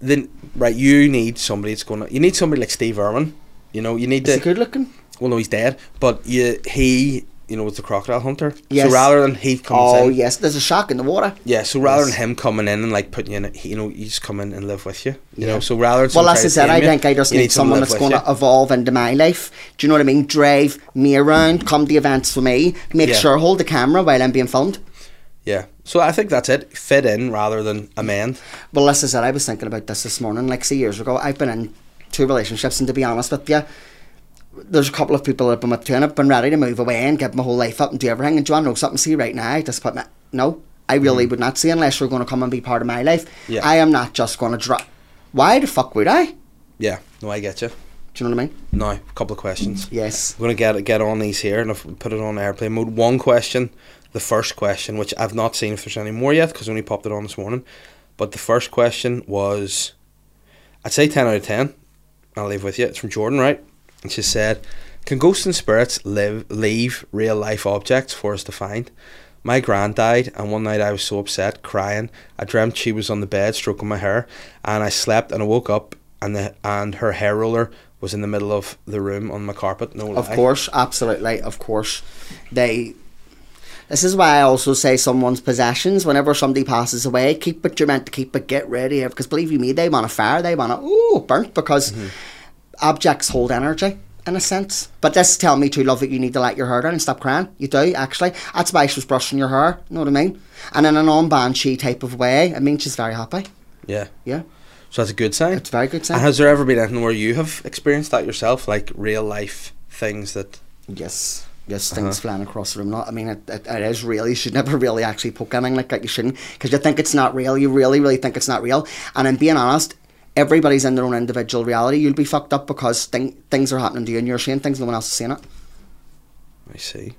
[SPEAKER 1] then right, you need somebody that's going to. You need somebody like Steve Irwin. You know, you need
[SPEAKER 3] Is
[SPEAKER 1] to.
[SPEAKER 3] he good looking?
[SPEAKER 1] Well, no, he's dead. But you, he, you know, was the crocodile hunter.
[SPEAKER 3] Yes.
[SPEAKER 1] So rather than he comes
[SPEAKER 3] Oh
[SPEAKER 1] in,
[SPEAKER 3] yes. There's a shark in the water.
[SPEAKER 1] yeah. So rather
[SPEAKER 3] Yes.
[SPEAKER 1] than him coming in and like putting you in, it, he- you know, you just come in and live with you. You
[SPEAKER 3] Yeah.
[SPEAKER 1] know. So rather than
[SPEAKER 3] Well,
[SPEAKER 1] someone
[SPEAKER 3] as I
[SPEAKER 1] trying
[SPEAKER 3] said,
[SPEAKER 1] to
[SPEAKER 3] I
[SPEAKER 1] tame you,
[SPEAKER 3] think I just
[SPEAKER 1] you
[SPEAKER 3] need someone
[SPEAKER 1] live
[SPEAKER 3] that's
[SPEAKER 1] with
[SPEAKER 3] going to
[SPEAKER 1] you.
[SPEAKER 3] evolve into my life. Do you know what I mean? Drive me around, come to events with me, make
[SPEAKER 1] Yeah.
[SPEAKER 3] sure hold the camera while I'm being filmed.
[SPEAKER 1] Yeah. So I think that's it. Fit in rather than amend.
[SPEAKER 3] Well, as I said, I was thinking about this this morning, like say years ago. I've been in two relationships, and to be honest with you, there's a couple of people that I've been with too, and I've been ready to move away and give my whole life up and do everything. And do I know something? See, right now, I just put my no. I really would not see unless you're going to come and be part of my life.
[SPEAKER 1] Mm-hmm. Yeah.
[SPEAKER 3] I am not just going to drop. Why the fuck would I? Do
[SPEAKER 1] Yeah. No, I get you.
[SPEAKER 3] you know what I mean?
[SPEAKER 1] Now, a couple of questions.
[SPEAKER 3] Yes.
[SPEAKER 1] I'm gonna get get on these here and I've put it on airplane mode. One question, the first question, which I've not seen if there's any more yet because I only popped it on this morning. But the first question was, I'd say ten out of ten. I'll leave with you. It's from Jordan, right? And she said, "Can ghosts and spirits live leave real life objects for us to find?" My grand died, and one night I was so upset, crying. I dreamt she was on the bed stroking my hair, and I slept and I woke up, and the and her hair roller was in the middle of the room on my carpet. No
[SPEAKER 3] Of
[SPEAKER 1] lie.
[SPEAKER 3] course, absolutely, of course. They. This is why I also say someone's possessions. Whenever somebody passes away, keep what you're meant to keep, but get rid of because believe you me, they want to fire, they want to ooh burnt because objects hold energy in a sense. But this tell me too, love that you need to let your hair down and stop crying. You do actually. That's why she was brushing your hair. Know what I mean? And in an unbanshee type of way, I mean she's very happy.
[SPEAKER 1] Yeah.
[SPEAKER 3] Yeah,
[SPEAKER 1] So that's a good sign.
[SPEAKER 3] it's a very good
[SPEAKER 1] And
[SPEAKER 3] sign.
[SPEAKER 1] has there ever been anything where you have experienced that yourself, like real life things that?
[SPEAKER 3] Yes. Yes, things flying across the room. Not, I mean, it, it, it is real. You should never really actually poke anything like that. You shouldn't, because you think it's not real. You really, really think it's not real. And in being honest, everybody's in their own individual reality. You'll be fucked up because thing, things are happening to you, and you're seeing things no one else is seeing it.
[SPEAKER 1] I see.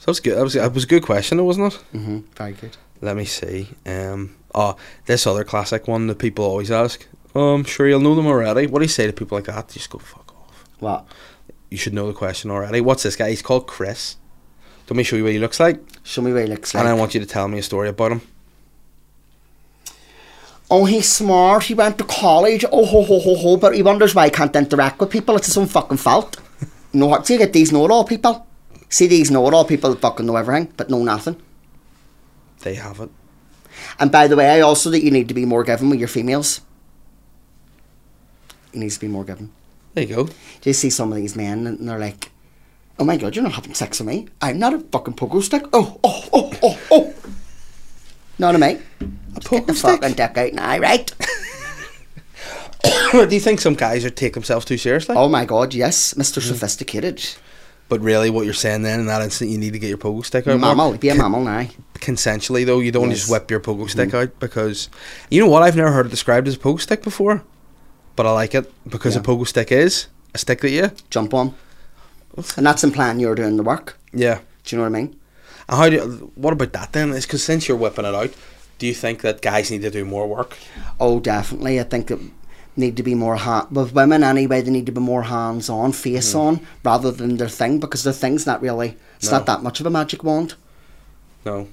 [SPEAKER 1] So that was good. That was that was a good question, though, wasn't it?
[SPEAKER 3] Mm-hmm. Very good.
[SPEAKER 1] Let me see. Um. Oh, this other classic one that people always ask. Oh, I'm sure you'll know them already. What do you say to people like that? Just go fuck off.
[SPEAKER 3] What?
[SPEAKER 1] You should know the question already. What's this guy? He's called Chris. Let me show you what he looks like,
[SPEAKER 3] Show me what he looks like.
[SPEAKER 1] and I want you to tell me a story about him.
[SPEAKER 3] oh, he's smart. He went to college. Oh, ho, ho, ho, ho. But he wonders why he can't interact with people. It's his own fucking fault. no, what? See, you get these know-it-all people. See, these know-it-all people that fucking know everything, but know nothing.
[SPEAKER 1] They have it.
[SPEAKER 3] And by the way, I also that you need to be more given with your females. You need to be more given.
[SPEAKER 1] There you go.
[SPEAKER 3] Do you see some of these men and they're like, "Oh my god, you're not having sex with me. I'm not a fucking pogo stick. Oh, oh, oh, oh, oh." Know what I mean?
[SPEAKER 1] A
[SPEAKER 3] Get the
[SPEAKER 1] poker stick.
[SPEAKER 3] fucking dick out now, right?
[SPEAKER 1] Do you think some guys are take themselves too seriously?
[SPEAKER 3] oh my god, yes, Mister Sophisticated.
[SPEAKER 1] But really, what you're saying then in that instant, you need to get your pogo stick out. more.
[SPEAKER 3] Mammal, be a mammal now.
[SPEAKER 1] Consensually, though, you don't
[SPEAKER 3] Yes.
[SPEAKER 1] just
[SPEAKER 3] Mm-hmm.
[SPEAKER 1] whip your pogo stick out because you know what? I've never heard it described as a pogo stick before, but I like it because a
[SPEAKER 3] Yeah.
[SPEAKER 1] pogo stick is a stick that you.
[SPEAKER 3] Jump on. And that's implying you're doing the work.
[SPEAKER 1] Yeah.
[SPEAKER 3] Do you know what I mean?
[SPEAKER 1] And how do? What about that then? Is because since you're whipping it out, do you think that guys need to do more work?
[SPEAKER 3] Oh, definitely. I think it need to be more ha- with women anyway. They need to be more hands on, face on, rather than their thing because their thing's not really. It's
[SPEAKER 1] Hmm. No.
[SPEAKER 3] not that much of a magic wand.
[SPEAKER 1] No.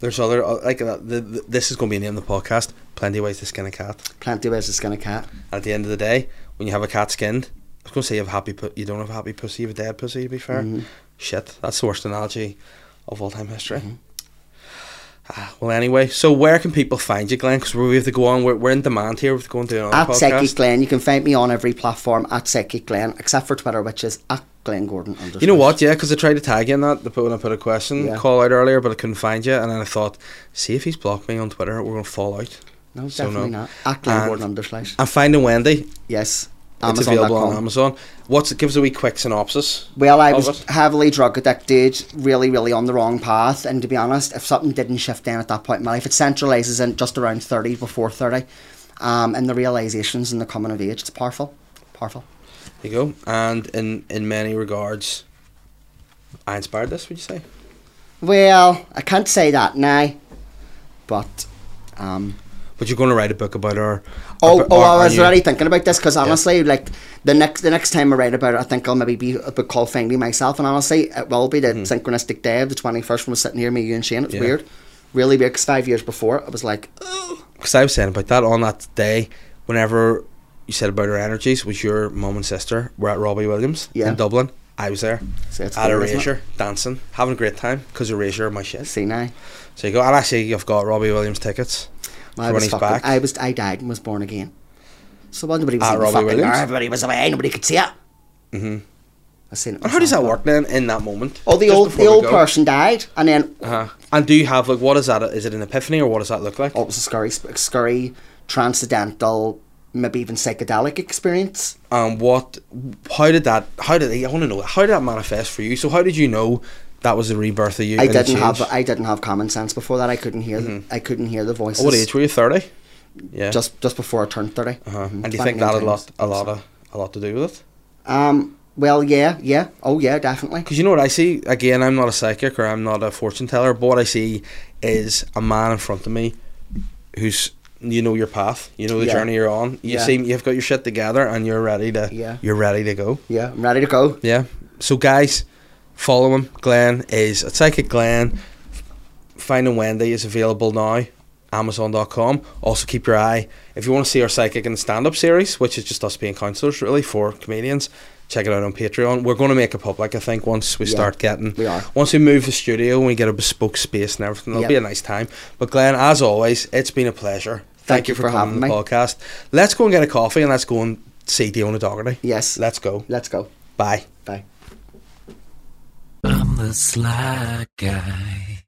[SPEAKER 1] There's other uh, like uh, the, the, this is going to be the name of the podcast. Plenty of ways to skin a cat.
[SPEAKER 3] Plenty of ways to skin a cat.
[SPEAKER 1] At the end of the day, when you have a cat skinned, I was going to say you have a happy, pu- you don't have a happy pussy, you have a dead pussy. To be fair,
[SPEAKER 3] Mm-hmm.
[SPEAKER 1] shit, that's the worst analogy of all time history.
[SPEAKER 3] Mm-hmm.
[SPEAKER 1] Ah, well, anyway, so where can people find you, Glenn? Because we have to go on. We're, we're in demand here. We have to go and do another
[SPEAKER 3] At Psychic
[SPEAKER 1] podcast.
[SPEAKER 3] Glen, you can find me on every platform at Psychic Glen, except for Twitter, which is at Glen Gordon.
[SPEAKER 1] You know what? Yeah, because I tried to tag you in that the- when I put a question
[SPEAKER 3] Yeah.
[SPEAKER 1] call out earlier, but I couldn't find you. And then I thought, see if he's blocked me on Twitter, we're going to fall out.
[SPEAKER 3] No,
[SPEAKER 1] So
[SPEAKER 3] definitely
[SPEAKER 1] no.
[SPEAKER 3] not. At Glen
[SPEAKER 1] And-
[SPEAKER 3] Gordon underslash.
[SPEAKER 1] I'm finding Wendy.
[SPEAKER 3] Yes.
[SPEAKER 1] It's available
[SPEAKER 3] Amazon.com.
[SPEAKER 1] on Amazon. What's it gives a wee quick synopsis?
[SPEAKER 3] Well, I
[SPEAKER 1] of
[SPEAKER 3] was
[SPEAKER 1] it.
[SPEAKER 3] heavily drug addicted, really, really on the wrong path. And to be honest, if something didn't shift then at that point in my life, it centralises in just around 30, before 30. Um, and the realisations and the coming of age, it's powerful. Powerful.
[SPEAKER 1] There you go. And in in many regards, I inspired this. Would you say?
[SPEAKER 3] Well, I can't say that now, but. Um,
[SPEAKER 1] But you're going to write a book about our.
[SPEAKER 3] Oh,
[SPEAKER 1] about
[SPEAKER 3] oh!
[SPEAKER 1] our-
[SPEAKER 3] I was
[SPEAKER 1] our
[SPEAKER 3] already thinking about this because honestly, like the next the next time I write about it, I think I'll maybe be a book called Finding Myself, and honestly, it will be the synchronistic day of the twenty first. When we're sitting here, me, you, and Shane. It was
[SPEAKER 1] Hmm. Yeah.
[SPEAKER 3] weird, really weird. Because five years before, I was like,
[SPEAKER 1] Because I was saying about that on that day, whenever you said about our energies, was your mum and sister were at Robbie Williams
[SPEAKER 3] Yeah.
[SPEAKER 1] in Dublin. I was there
[SPEAKER 3] So it's
[SPEAKER 1] at
[SPEAKER 3] good, isn't it?
[SPEAKER 1] Erasure, dancing, having a great time because Erasure are my shit.
[SPEAKER 3] "See now,
[SPEAKER 1] So you go, and actually, I've got Robbie Williams tickets.
[SPEAKER 3] I
[SPEAKER 1] when
[SPEAKER 3] was
[SPEAKER 1] he's
[SPEAKER 3] fucking,
[SPEAKER 1] back.
[SPEAKER 3] I was, I died and was born again." So well, nobody was
[SPEAKER 1] Ah,
[SPEAKER 3] even
[SPEAKER 1] Robbie
[SPEAKER 3] fucking
[SPEAKER 1] Williams?
[SPEAKER 3] there. Everybody was away. Nobody could see it. Mm-hmm. I seen it.
[SPEAKER 1] And how does that
[SPEAKER 3] myself.
[SPEAKER 1] work then in that moment?
[SPEAKER 3] Oh, the
[SPEAKER 1] Just
[SPEAKER 3] old
[SPEAKER 1] before
[SPEAKER 3] the
[SPEAKER 1] we
[SPEAKER 3] old
[SPEAKER 1] go.
[SPEAKER 3] person died, and then
[SPEAKER 1] Uh-huh. And do you have like what is that? Is it an epiphany or what does that look like?
[SPEAKER 3] Oh, it was a scurry, scurry, transcendental, maybe even psychedelic experience.
[SPEAKER 1] And what? How did that? How did I want to know? How did that manifest for you? So how did you know that was the rebirth of you?
[SPEAKER 3] I
[SPEAKER 1] and the
[SPEAKER 3] didn't have
[SPEAKER 1] change?
[SPEAKER 3] I didn't have common sense before that. I couldn't hear the, I couldn't hear the voices.
[SPEAKER 1] At what age were you? Thirty. Yeah.
[SPEAKER 3] Just just before I turned 30
[SPEAKER 1] Uh-huh.
[SPEAKER 3] Mhm,
[SPEAKER 1] And do you think
[SPEAKER 3] 29
[SPEAKER 1] that had a lot,
[SPEAKER 3] times.
[SPEAKER 1] a lot of, a lot to do with it?
[SPEAKER 3] Um. Well, yeah, yeah. Oh, yeah, definitely.
[SPEAKER 1] Because you know what I see? Again, I'm not a psychic or I'm not a fortune teller, but what I see is a man in front of me who's you know your path, you know the
[SPEAKER 3] Yeah.
[SPEAKER 1] journey you're on. You
[SPEAKER 3] Yeah.
[SPEAKER 1] seem you've got your shit together and you're ready to
[SPEAKER 3] Yeah.
[SPEAKER 1] you're ready to go.
[SPEAKER 3] Yeah, I'm ready to go.
[SPEAKER 1] Yeah. So guys, follow him. Glenn is at Psychic Glenn. Finding Wendy is available now. Amazon.com. Also keep your eye if you want to see our psychic and stand up series, which is just us being counselors really for comedians. Check it out on Patreon. We're going to make it public, I think, once we
[SPEAKER 3] Yeah,
[SPEAKER 1] start getting.
[SPEAKER 3] we are.
[SPEAKER 1] Once we move the studio and we get a bespoke space and everything, it'll
[SPEAKER 3] Yeah.
[SPEAKER 1] be a nice time. But Glenn, as always, it's been a pleasure. Thank, you for, coming on
[SPEAKER 3] having
[SPEAKER 1] the
[SPEAKER 3] me.
[SPEAKER 1] podcast. Let's go and get a coffee and let's go and see Diona Doherty.
[SPEAKER 3] Yes.
[SPEAKER 1] Let's go.
[SPEAKER 3] Let's go.
[SPEAKER 1] Bye.
[SPEAKER 3] Bye.
[SPEAKER 2] I'm the sly guy.